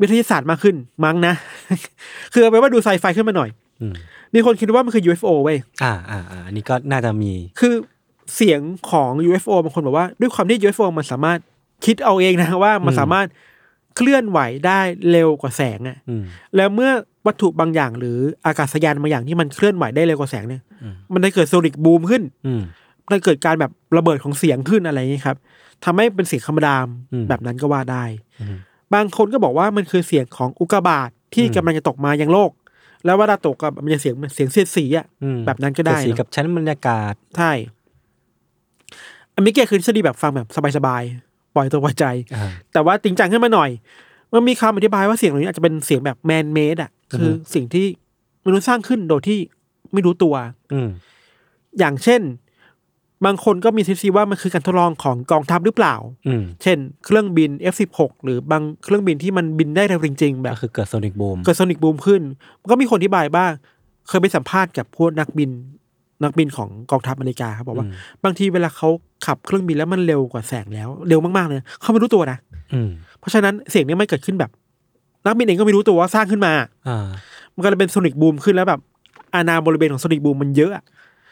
Speaker 3: วิทยาศาสตร์มากขึ้นมั้งนะ [laughs] คือเอาไปนว่าดูไซไฟขึ้นมาหน่อย
Speaker 2: อืม
Speaker 3: มีคนคิดว่ามันคือ UFO เว้ย
Speaker 2: อ่าอ่าอ่าอันนี้ก็น่าจะมี
Speaker 3: คือเสียงของ UFO บางคนบอกว่า ด้วยความที่ UFO มันสามารถคิดเอาเองนะ [laughs] ว่ามัน
Speaker 2: อืม
Speaker 3: สามารถเคลื่อนไหวได้เร็วกว่าแสงอะ
Speaker 2: อืม
Speaker 3: แล้วเมื่อวัตถุบางอย่างหรืออากาศยานบางอย่างที่มันเคลื่อนไหวได้เร็วกว่าแสงเนี่ย
Speaker 2: อืม
Speaker 3: มันได้เกิดโซลิกบูมขึ้น
Speaker 2: อืม
Speaker 3: มันเกิดการแบบระเบิดของเสียงขึ้นอะไรอย่างนี้ครับทำให้เป็นเสียงคำราม
Speaker 2: อืม
Speaker 3: แบบนั้นก็ว่าได้
Speaker 2: อืม
Speaker 3: บางคนก็บอกว่ามันคือเสียงของอุกกาบาตที่
Speaker 2: อืม
Speaker 3: กำลังจะตกมายังโลก แล้วเวลาตกกับมันจะเสียงเสียงเสียดสีอ่ะ
Speaker 2: อืม
Speaker 3: แบบนั้นก็ได้
Speaker 2: เสียดสี
Speaker 3: เนอะ
Speaker 2: กับชั้นบรรยากาศ
Speaker 3: ใช่อเมริกาคือทฤษฎีแบบฟังแบบสบายๆ ปล่อยตัวปล่อยใจ
Speaker 2: อ่า
Speaker 3: แต่ว่าจริงจังขึ้นมาหน่อย มันมีคำอธิบายว่าเสียงเหล่านี้อาจจะเป็นเสียงแบบแมนเมดอ่ะ คืออสิ่งที่มนุษย์สร้างขึ้นโดยที่ไม่รู้ตัว
Speaker 2: อืม
Speaker 3: อย่างเช่น บางคนก็มีทฤษฎีว่ามันคือการทดลองของกองทัพหรือเปล่า
Speaker 2: อืม
Speaker 3: เช่น เครื่องบิน F16 หรือบางเครื่องบินที่มันบินได้เร็วจริง ๆ แบ
Speaker 2: ก็
Speaker 3: บ
Speaker 2: คือเกิดโซนิกบูม
Speaker 3: เกิดโซนิกบูมขึ้น มันก็มีคนอธิบายบ้าง เคยไปสัมภาษณ์กับพวกนักบิน นักบินของกองทัพอเมริกาเขาบอกว่า บางทีเวลาเขาขับเครื่องบินแล้วมันเร็วกว่าแสงแล้ว เร็วมากๆเลยนะเขาไม่รู้ตัวนะ
Speaker 2: อืม
Speaker 3: เพราะฉะนั้นเสียงเนี้ไม่เกิดขึ้นแบบ นักบินเองก็ไม่รู้ตัวว่าสร้างขึ้นมา
Speaker 2: อ่า
Speaker 3: มันก็เลยเป็นโซนิกบูมขึ้นแล้วแบบอาณาบริเวณของโซนิกบูมมันเยอะอะ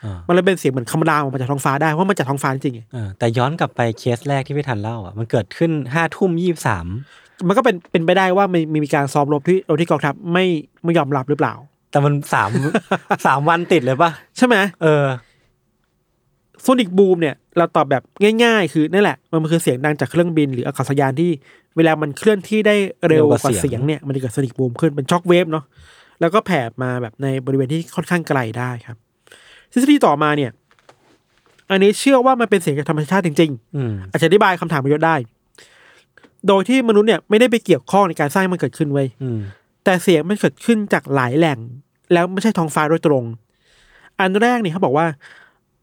Speaker 2: อ่า
Speaker 3: มันเลยเป็นเสียงเหมือนคำรามออกมาจากท้องฟ้าได้เพราะมันจากท้องฟ้าจริงๆไง
Speaker 2: อ่าแต่ย้อนกลับไปเคสแรกที่พี่ทันเล่าอ่ะมันเกิดขึ้นห้าทุ่มยี่สาม
Speaker 3: มันก็เป็นเป็นไปได้ว่ามีมีการซ้อมรบที่โดยที่กองทัพไม่ไม่ยอมรับหรือเปล่า
Speaker 2: แต่มันส [laughs] าม สามวันติดเลยป่ะ
Speaker 3: ใช่ไหม
Speaker 2: เออ
Speaker 3: โซนิกบูมเนี่ยเราตอบแบบง่ายๆ คือนั่นแหละ มันคือเสียงดังจากเครื่องบินหรืออากาศยานที่ เวลามันเคลื่อนที่ได้เร็ว
Speaker 2: เร็วก
Speaker 3: ก
Speaker 2: ว่า
Speaker 3: ว่า
Speaker 2: เสี
Speaker 3: เสี
Speaker 2: ย
Speaker 3: ย
Speaker 2: ง
Speaker 3: งเนี่ยมันจะเกิดโซนิกบูมขึ้นเป็นช็อกเวฟเนาะแล้วก็แผ่มาแบบในบริเวณที่ค่อนข้างไกลได้ครับทฤษฎีต่อมาเนี่ย อันนี้เชื่อว่ามันเป็นเสียงจากธรรมชาติจริง
Speaker 2: อืม
Speaker 3: ๆ อาจจะอธิบายคำถามประโยชน์ได้ โดยที่มนุษย์เนี่ยไม่ได้ไปเกี่ยวข้องในการสร้างให้มันเกิดขึ้นไว้ย
Speaker 2: อืม
Speaker 3: แต่เสียงมันเกิดขึ้นจากหลายแหล่ง แล้วไม่ใช่ท้องฟ้าโดยตรง อันแรกเนี่ยเขาบอกว่า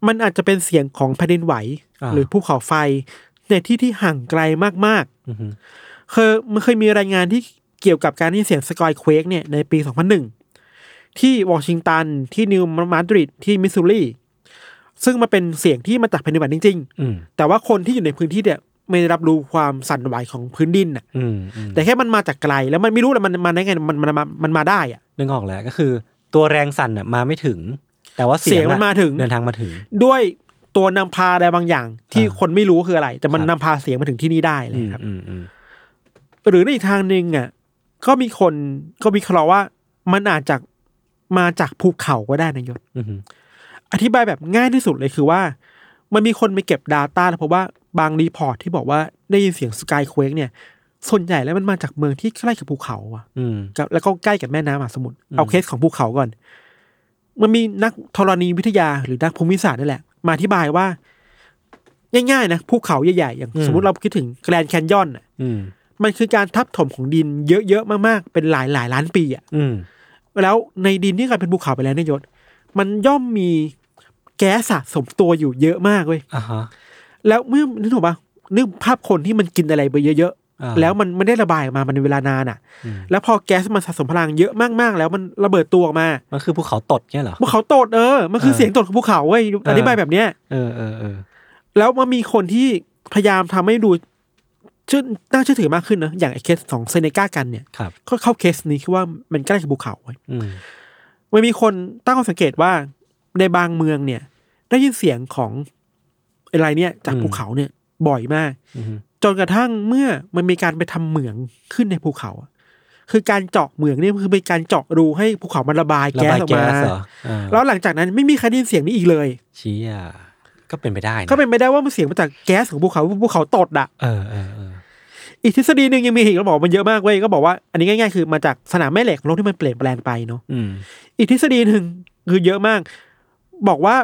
Speaker 3: มันอาจจะเป็นเสียงของแผ่นดินไหว
Speaker 2: อ่า
Speaker 3: หรือภูเขาไฟ ในที่ที่ห่างไกลมาก
Speaker 2: อืม
Speaker 3: ๆ เคยมันเคยมีรายงานที่เกี่ยวกับการที่เสียงสกอยเควกเนี่ยในปี 2001 ที่วอชิงตัน ที่นิวมาดริดที่มิสซูรีซึ่งมันเป็นเสียงที่มาจากแผ่นดินไหวจริง
Speaker 2: อืม
Speaker 3: ๆ แต่ว่าคนที่อยู่ในพื้นที่เนี่ยไม่ได้รับรู้ความสั่นไหวของพื้นดินน่ะ
Speaker 2: อืมอืม
Speaker 3: แต่แค่มันมาจากไกลแล้วมันไม่รู้แหละมันมาได้ไงมันมันมามันมาได้อะ
Speaker 2: นึกออกแล้วก็คือ ตัวแรงสั่นอ่ะมาไม่ถึง แต่ว่าเสียง
Speaker 3: เสียงมัน
Speaker 2: อะ
Speaker 3: มาถึง
Speaker 2: เดินทางมาถึง
Speaker 3: ด้วยตัวนำพาอะไรบางอย่าง ที่
Speaker 2: อ่า
Speaker 3: คนไม่รู้คืออะไร แต่มั
Speaker 2: ค
Speaker 3: น
Speaker 2: รับ
Speaker 3: นำพาเสียงมาถึงที่นี่ได้เลย
Speaker 2: อืม
Speaker 3: ครับ
Speaker 2: อืมอืม
Speaker 3: หรือในอีกทางหนึ่งอ่ะก็มีคนก็วิเคราะห์ว่า มันอาจจะมาจากภูเขาก็ได้นายศ
Speaker 2: อืม
Speaker 3: อธิบายแบบง่ายที่สุดเลยคือว่า มันมีคนไปเก็บ Data แล้วพบว่าบางรีพอร์ตที่บอกว่าได้ยินเสียงสกายเควกเนี่ย ส่วนใหญ่แล้วมันมาจากเมืองที่ใกล้กับภูเขาอะ
Speaker 2: อืม
Speaker 3: กับแล้วก็ใกล้กับแม่น้ำมหาสมุทร
Speaker 2: อืม
Speaker 3: เอาเคสของภูเขาก่อน มันมีนักธรณีวิทยาหรือนักภูมิศาสตร์นี่แหละ มาอธิบายว่า ง่ายๆนะภูเขาใหญ่ๆ อย่างสมมติเราคิดถึงแกรนด์แคนยอนน่ะ
Speaker 2: อืม
Speaker 3: มันคือการทับถมของดินเยอะๆ มากๆ เป็นหลายหลายๆล้านปีอ่ะ
Speaker 2: อืม
Speaker 3: แล้วในดินที่กลายเป็นภูเขาไปแล้วเนายยศมันย่อมมีแก๊สสะสมตัวอยู่เยอะมากเว้ย
Speaker 2: อ่าฮะ
Speaker 3: แล้วเมื่อนึกถูกปะนึกภาพคนที่มันกินอะไรไปเยอะๆ
Speaker 2: อ่า
Speaker 3: แล้วมันไม่ได้ระบายออกมา มันเป็นเวลานานอ่ะ
Speaker 2: อืม
Speaker 3: แล้วพอแก๊สมันสะสมพลังเยอะมากๆ แล้วมันระเบิดตัวออกมา
Speaker 2: มันคือภูเขาตดเนี่ยเหรอ
Speaker 3: ภูเขาโตดเออ มันคือ
Speaker 2: เออ
Speaker 3: เสียงโตดของภูเขาเว้ย
Speaker 2: เออ
Speaker 3: อ
Speaker 2: อ
Speaker 3: ธิบายแบบเนี้ย
Speaker 2: เออเออเออ
Speaker 3: แล้วมันมีคนที่พยายามทำให้ดูเชื่อน่าเชื่อถือมากขึ้นนะ อย่างไอเคสของเซเนกากันเนี่ย
Speaker 2: ครับ
Speaker 3: เขาเข้าเคสนี้คือว่ามันใกล้กับภูเขาเว้ย
Speaker 2: อืม
Speaker 3: มันมีคนตั้งข้อสังเกตว่าในบางเมืองเนี่ย ได้ยินเสียงของอะไรเนี่ยจากภูเขาเนี่ยบ่อยมาก
Speaker 2: อืม
Speaker 3: จนกระทั่งเมื่อมันมีการไปทำเหมืองขึ้นในภูเขาอะคือการเจาะเหมืองเนี่ยคือเป็นการเจาะรูให้ภูเขามันระบาย
Speaker 2: ระ
Speaker 3: แก๊
Speaker 2: บาย
Speaker 3: สออก
Speaker 2: แก๊
Speaker 3: มา
Speaker 2: สเหรออ่า
Speaker 3: แล้วหลังจากนั้นไม่มีใครได้ยินเสียงนี้อีกเลย
Speaker 2: เชี้อ่ะก็เป็นไปได้นะ
Speaker 3: ก็เป็นไปได้ว่ามันเสียงมาจากแก๊สของภูเขาภูเขาตดอะ
Speaker 2: เออเออเออ
Speaker 3: อีกทฤษฎีหนึ่งยังมีอีกเราบอกมันเยอะมากเว้ยก็บอกว่าอันนี้ง่ายๆคือมาจากสนามแม่เหล็กของโลกที่มันเปลี่ยนแปลงไปเนาะ
Speaker 2: อืม
Speaker 3: อีกทฤษฎีหนึ่งคือเยอะมาก บอกว่า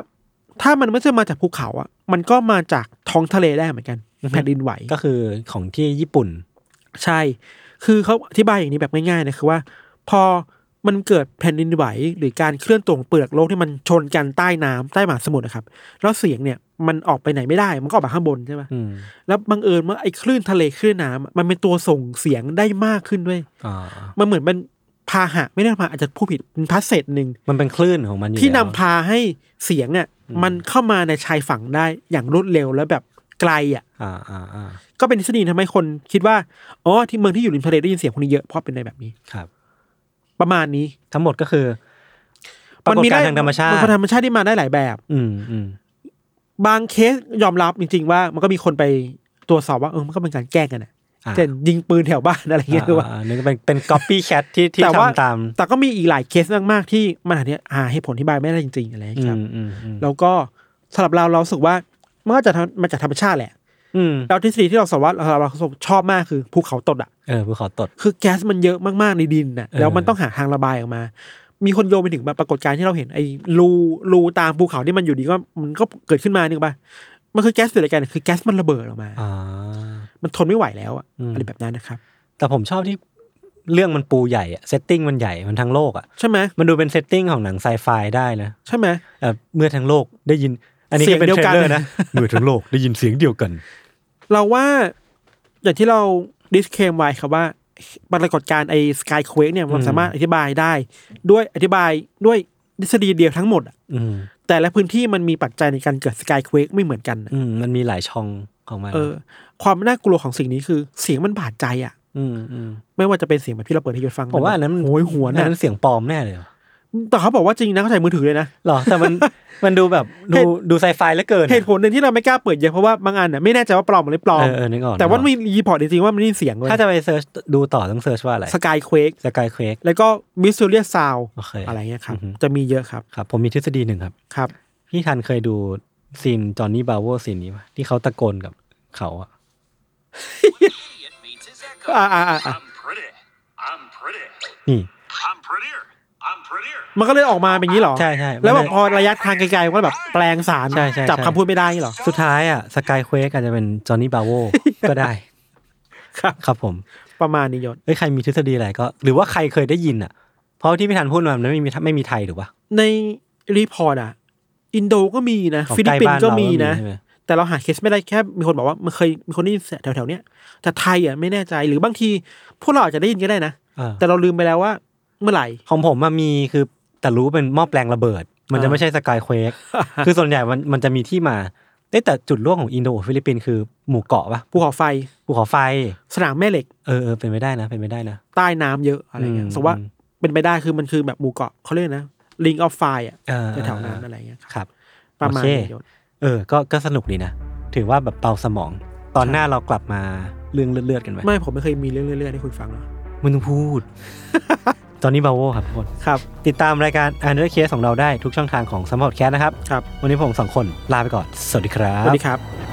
Speaker 3: ถ้ามันไม่ใช่มาจากภูเขาอะมันก็มาจากท้องทะเลได้เหมือนกันแผ่นดินไหว
Speaker 2: ก็คือของที่ญี่ปุ่น
Speaker 3: ใช่ คือเขาอธิบายอย่างนี้แบบง่ายๆนะคือว่า พอมันเกิดแผ่นดินไหว หรือการเคลื่อนตัวของเปลือกโลกที่มันชนกันใต้น้ำใต้มหาสมุทรนะครับ แล้วเสียงเนี่ยมันออกไปไหนไม่ได้ มันก็ออกมาข้างบนใช่ไหม
Speaker 2: อืม
Speaker 3: แล้วบังเอิญว่าไอ้คลื่นทะเลคลื่นน้ำมันเป็นตัวส่งเสียงได้มากขึ้นด้วย
Speaker 2: อ่า
Speaker 3: มันเหมือนเป็น พาหะไม่ได้พาอาจจะผู้ผิดเป็นพาสเศษหนึ่ง
Speaker 2: มันเป็นคลื่นของมันอยู่
Speaker 3: ที่
Speaker 2: แล้
Speaker 3: นำ
Speaker 2: ว
Speaker 3: พาให้เสียงอ่ะมันเข้ามาในชายฝั่งได้อย่างรวดเร็วแล้วแบบไกลอ่ะ
Speaker 2: อ่าอ่าอ่า
Speaker 3: ก็เป็นทฤษฎีทำให้คนคิดว่าอ๋อที่เมืองที่อยู่ริมทะเลได้ยินเสียงคนนี้เยอะเพราะเป็นในแบบนี้
Speaker 2: ครับ
Speaker 3: ประมาณนี้
Speaker 2: ทั้งหมดก็คือปรากฏการณ์ทางธรรมชาติ
Speaker 3: นธรรมชาติที่มาได้หลายแบบ
Speaker 2: อืมอืม
Speaker 3: บางเคสยอมรับจริง ๆ ว่ามันก็มีคนไปตรวจสอบว่าเออมันก็เป็นการแกล้งกันนะ
Speaker 2: อ่า
Speaker 3: เช่นยิงปืนแถวบ้านอะไรเงี้ย
Speaker 2: า
Speaker 3: หรือว่า
Speaker 2: านึกเป็นเป็น copy cat ที่ที่
Speaker 3: แต่ว่า
Speaker 2: ทำตาม
Speaker 3: แต่ก็มีอีกหลายเคสมากๆที่มันอาจจะหาเหตุผลที่บายไม่ได้จริง ๆ อะไร
Speaker 2: อื
Speaker 3: ครับ
Speaker 2: มอืมอืม
Speaker 3: แล้วก็สำหรับเราเรารู้สึกว่ามันก็จะทำมาจากธรรมชาติแหละ
Speaker 2: อืม
Speaker 3: แล้วทฤษฎีที่เราสวัสดิ์เราชอบมากคือภูเขาตดอ่ะ
Speaker 2: เออภูเขาตด
Speaker 3: คือแก๊สมันเยอะมากๆในดินน่ะ
Speaker 2: เออ
Speaker 3: แล้วมันต้องหาทางระบายออกมา มีคนโยงไปถึงแบบปรากฏการณ์ที่เราเห็นไอ้รูรูตามภูเขาที่มันอยู่ดีก็มันก็เกิดขึ้นมานึกป่ะมันคือแก๊สเกิดอะไรกันคือแก๊สมันระเบิดออกมา
Speaker 2: อ่า
Speaker 3: มันทนไม่ไหวแล้วอะ
Speaker 2: อืม
Speaker 3: อะไรแบบนั้นนะครับ
Speaker 2: แต่ผมชอบที่เรื่องมันปูใหญ่อะเซตติ้งมันใหญ่มันทั้งโลกอะ
Speaker 3: ใช่ไหม
Speaker 2: มันดูเป็นเซตติ้งของหนังไซไฟได้นะ
Speaker 3: ใช่ไหม
Speaker 2: เอ่อเมื่อทั้งโลกได้ยิน อันนี้
Speaker 3: เสี
Speaker 2: ก็
Speaker 3: ย
Speaker 2: เป็
Speaker 3: ง
Speaker 2: น
Speaker 3: เดีย
Speaker 2: เทร
Speaker 3: วกั
Speaker 2: ล
Speaker 3: น
Speaker 2: เลอร์นะเมื่อทั้งโลกได้ยินเสียงเดียวกัน
Speaker 3: เราว่าอย่างที่เราดิสเคมไว้ครับว่าปรากฏการณ์ไอ้สกายเควกเนี่ยมัน
Speaker 2: อืม
Speaker 3: สามารถอธิบายได้ ด้วยอธิบายด้วยทฤษฎีเดียวทั้งหมดอะ
Speaker 2: อืม
Speaker 3: แต่ละพื้นที่มันมีปัจจัยในการเกิดสกายเควกไม่เหมือนกันน่ะ
Speaker 2: อืมมันมีหลายช่องของมัน
Speaker 3: เออ ความน่ากลัวของสิ่งนี้คือเสียงมันบาดใจอ่ะ
Speaker 2: อืมอืม
Speaker 3: ไม่ว่าจะเป็นเสียงแบบที่เราเปิดให้ยศฟัง
Speaker 2: ผมว่าอันนั้นมัน
Speaker 3: โหยหวน
Speaker 2: อัน
Speaker 3: นะ
Speaker 2: นั้นเสียงปลอมแน่เลยเหรอ
Speaker 3: แต่เขาบอกว่าจริงนะเขาใช้มือถือเลยนะ
Speaker 2: หรอแต่มัน [laughs] มันดูแบบดู
Speaker 3: เหตุ
Speaker 2: ดูไซไฟแล้วเกินอะ
Speaker 3: เหตุผลหนึ่งที่เราไม่กล้าเปิดเยอะเพราะว่าบางอันน่ะไม่แน่ใจว่าปลอมหรือไม่ปลอม
Speaker 2: เออเออนึกออก
Speaker 3: แต่ว่า
Speaker 2: นึกออก
Speaker 3: มีรีพอร์ตจริงๆว่ามันได้ยินเสียงเลย
Speaker 2: ถ้าจะไปเซิร์ชดูต่อต้องเซิร์ชว่าอะไร
Speaker 3: สกายเควก
Speaker 2: สกายเควก
Speaker 3: แล้วก็มิสซูเรียซาว
Speaker 2: โอเค
Speaker 3: อะไรเงี้ยครับ
Speaker 2: อือฮึ
Speaker 3: จะมีเยอะครับ
Speaker 2: ครับผมมีทฤษฎีหนึ่งครับ
Speaker 3: ครับ
Speaker 2: พี่ทันเคยดูซีนจอห์นนี่บาโวซีนนี้ปะที่เขาตะโกนกับเขาอะ
Speaker 5: It means his
Speaker 3: อ่า
Speaker 5: echo.
Speaker 3: อ่าอ่าอ่า
Speaker 5: I'm pretty. I'm pretty.
Speaker 2: นี่
Speaker 5: I'm prettier. I'm prettier.
Speaker 3: มันก็เลยออกมาเป็นอย่างนี้เหรอ
Speaker 2: ใช่ใช่
Speaker 3: แล้วแบบ
Speaker 2: มันเลย
Speaker 3: พอระยะทางไกลๆมันก็แบบแปลงสาร
Speaker 2: ใช่ใช่ใช่
Speaker 3: จับคำพูดไม่ได้อย่างนี้เหรอ
Speaker 2: สุดท้ายอะสกายเควกอาจจะเป็นจอห์นนี่บาโว
Speaker 3: [laughs]
Speaker 2: ก็ได้
Speaker 3: ครับ
Speaker 2: ครับผม
Speaker 3: ประมาณนี้ยศ
Speaker 2: เอ้ยใครมีทฤษฎีอะไรก็ หรือว่าใครเคยได้ยินอะเพราะที่พี่ทันพูดมามันไม่มีไม่มีไทยถูกปะ
Speaker 3: ในรีพอร์ตอ่ะ อินโดก็มีนะ
Speaker 2: ของ
Speaker 3: ฟิลิ
Speaker 2: ใกล้
Speaker 3: ปปิน
Speaker 2: บ้า
Speaker 3: ส์ก็
Speaker 2: เรา
Speaker 3: มีนะ
Speaker 2: ใช่ไหม
Speaker 3: แต่เราหาเคสไม่ได้แค่มีคนบอกว่ามันเคยมีคนได้ยินเสียงแถวๆเนี้ยแต่ไทยอ่ะไม่แน่ใจหรือบางทีพวกเราอาจจะได้ยินก็ได้นะ
Speaker 2: เออ
Speaker 3: แต่เราลืมไปแล้วว่าเมื่อไหร่
Speaker 2: ของผมมันมีคือแต่รู้เป็นหม้อแปลงระเบิด มันจะ
Speaker 3: อ่า
Speaker 2: ไม่ใช่สกายเควก คือส่วนใหญ่มันมันจะมีที่มาเอ้ยแต่จุดร่วมของอินโดฟิลิปปินส์คือหมู่เกาะปะ
Speaker 3: ภูเขาไฟ
Speaker 2: ภูเขาไฟ
Speaker 3: สนามแม่เหล็ก
Speaker 2: เออเออเป็นไม่ได้นะ เป็นไม่ได้นะ
Speaker 3: ใต้น้ำเยอะอะไรเงี้ย
Speaker 2: อืม
Speaker 3: สมมติว่าเป็นไปได้คือมันคือแบบหมู่เกาะเขาเรียกนะลิงออฟไฟอ่ะ
Speaker 2: อ่า
Speaker 3: แถวๆนั้นอะไรเงี้ยครับ
Speaker 2: ครับ
Speaker 3: ประมาณ
Speaker 2: โอเค
Speaker 3: นี้ยศ
Speaker 2: เออ ก็ก็สนุกดีนะ ถือว่าแบบเบาสมอง ตอนหน้าเรากลับมาเรื่องเลือดๆกันไหม
Speaker 3: ไม่ผมไม่เคยมีเรื่องเรื่อยๆให้คุณฟังหรอก
Speaker 2: มึงต้องพูด [laughs] ตอนนี้บาโวครับทุกคน
Speaker 3: ครับ
Speaker 2: ติดตามรายการ u n d e r Case ของเราได้ทุกช่องทางของสมอ d แคสนะครับ
Speaker 3: ครับ
Speaker 2: วันนี้ผมสองคนลาไปก่อน สวัสดีครับ
Speaker 3: สวัสดีครับ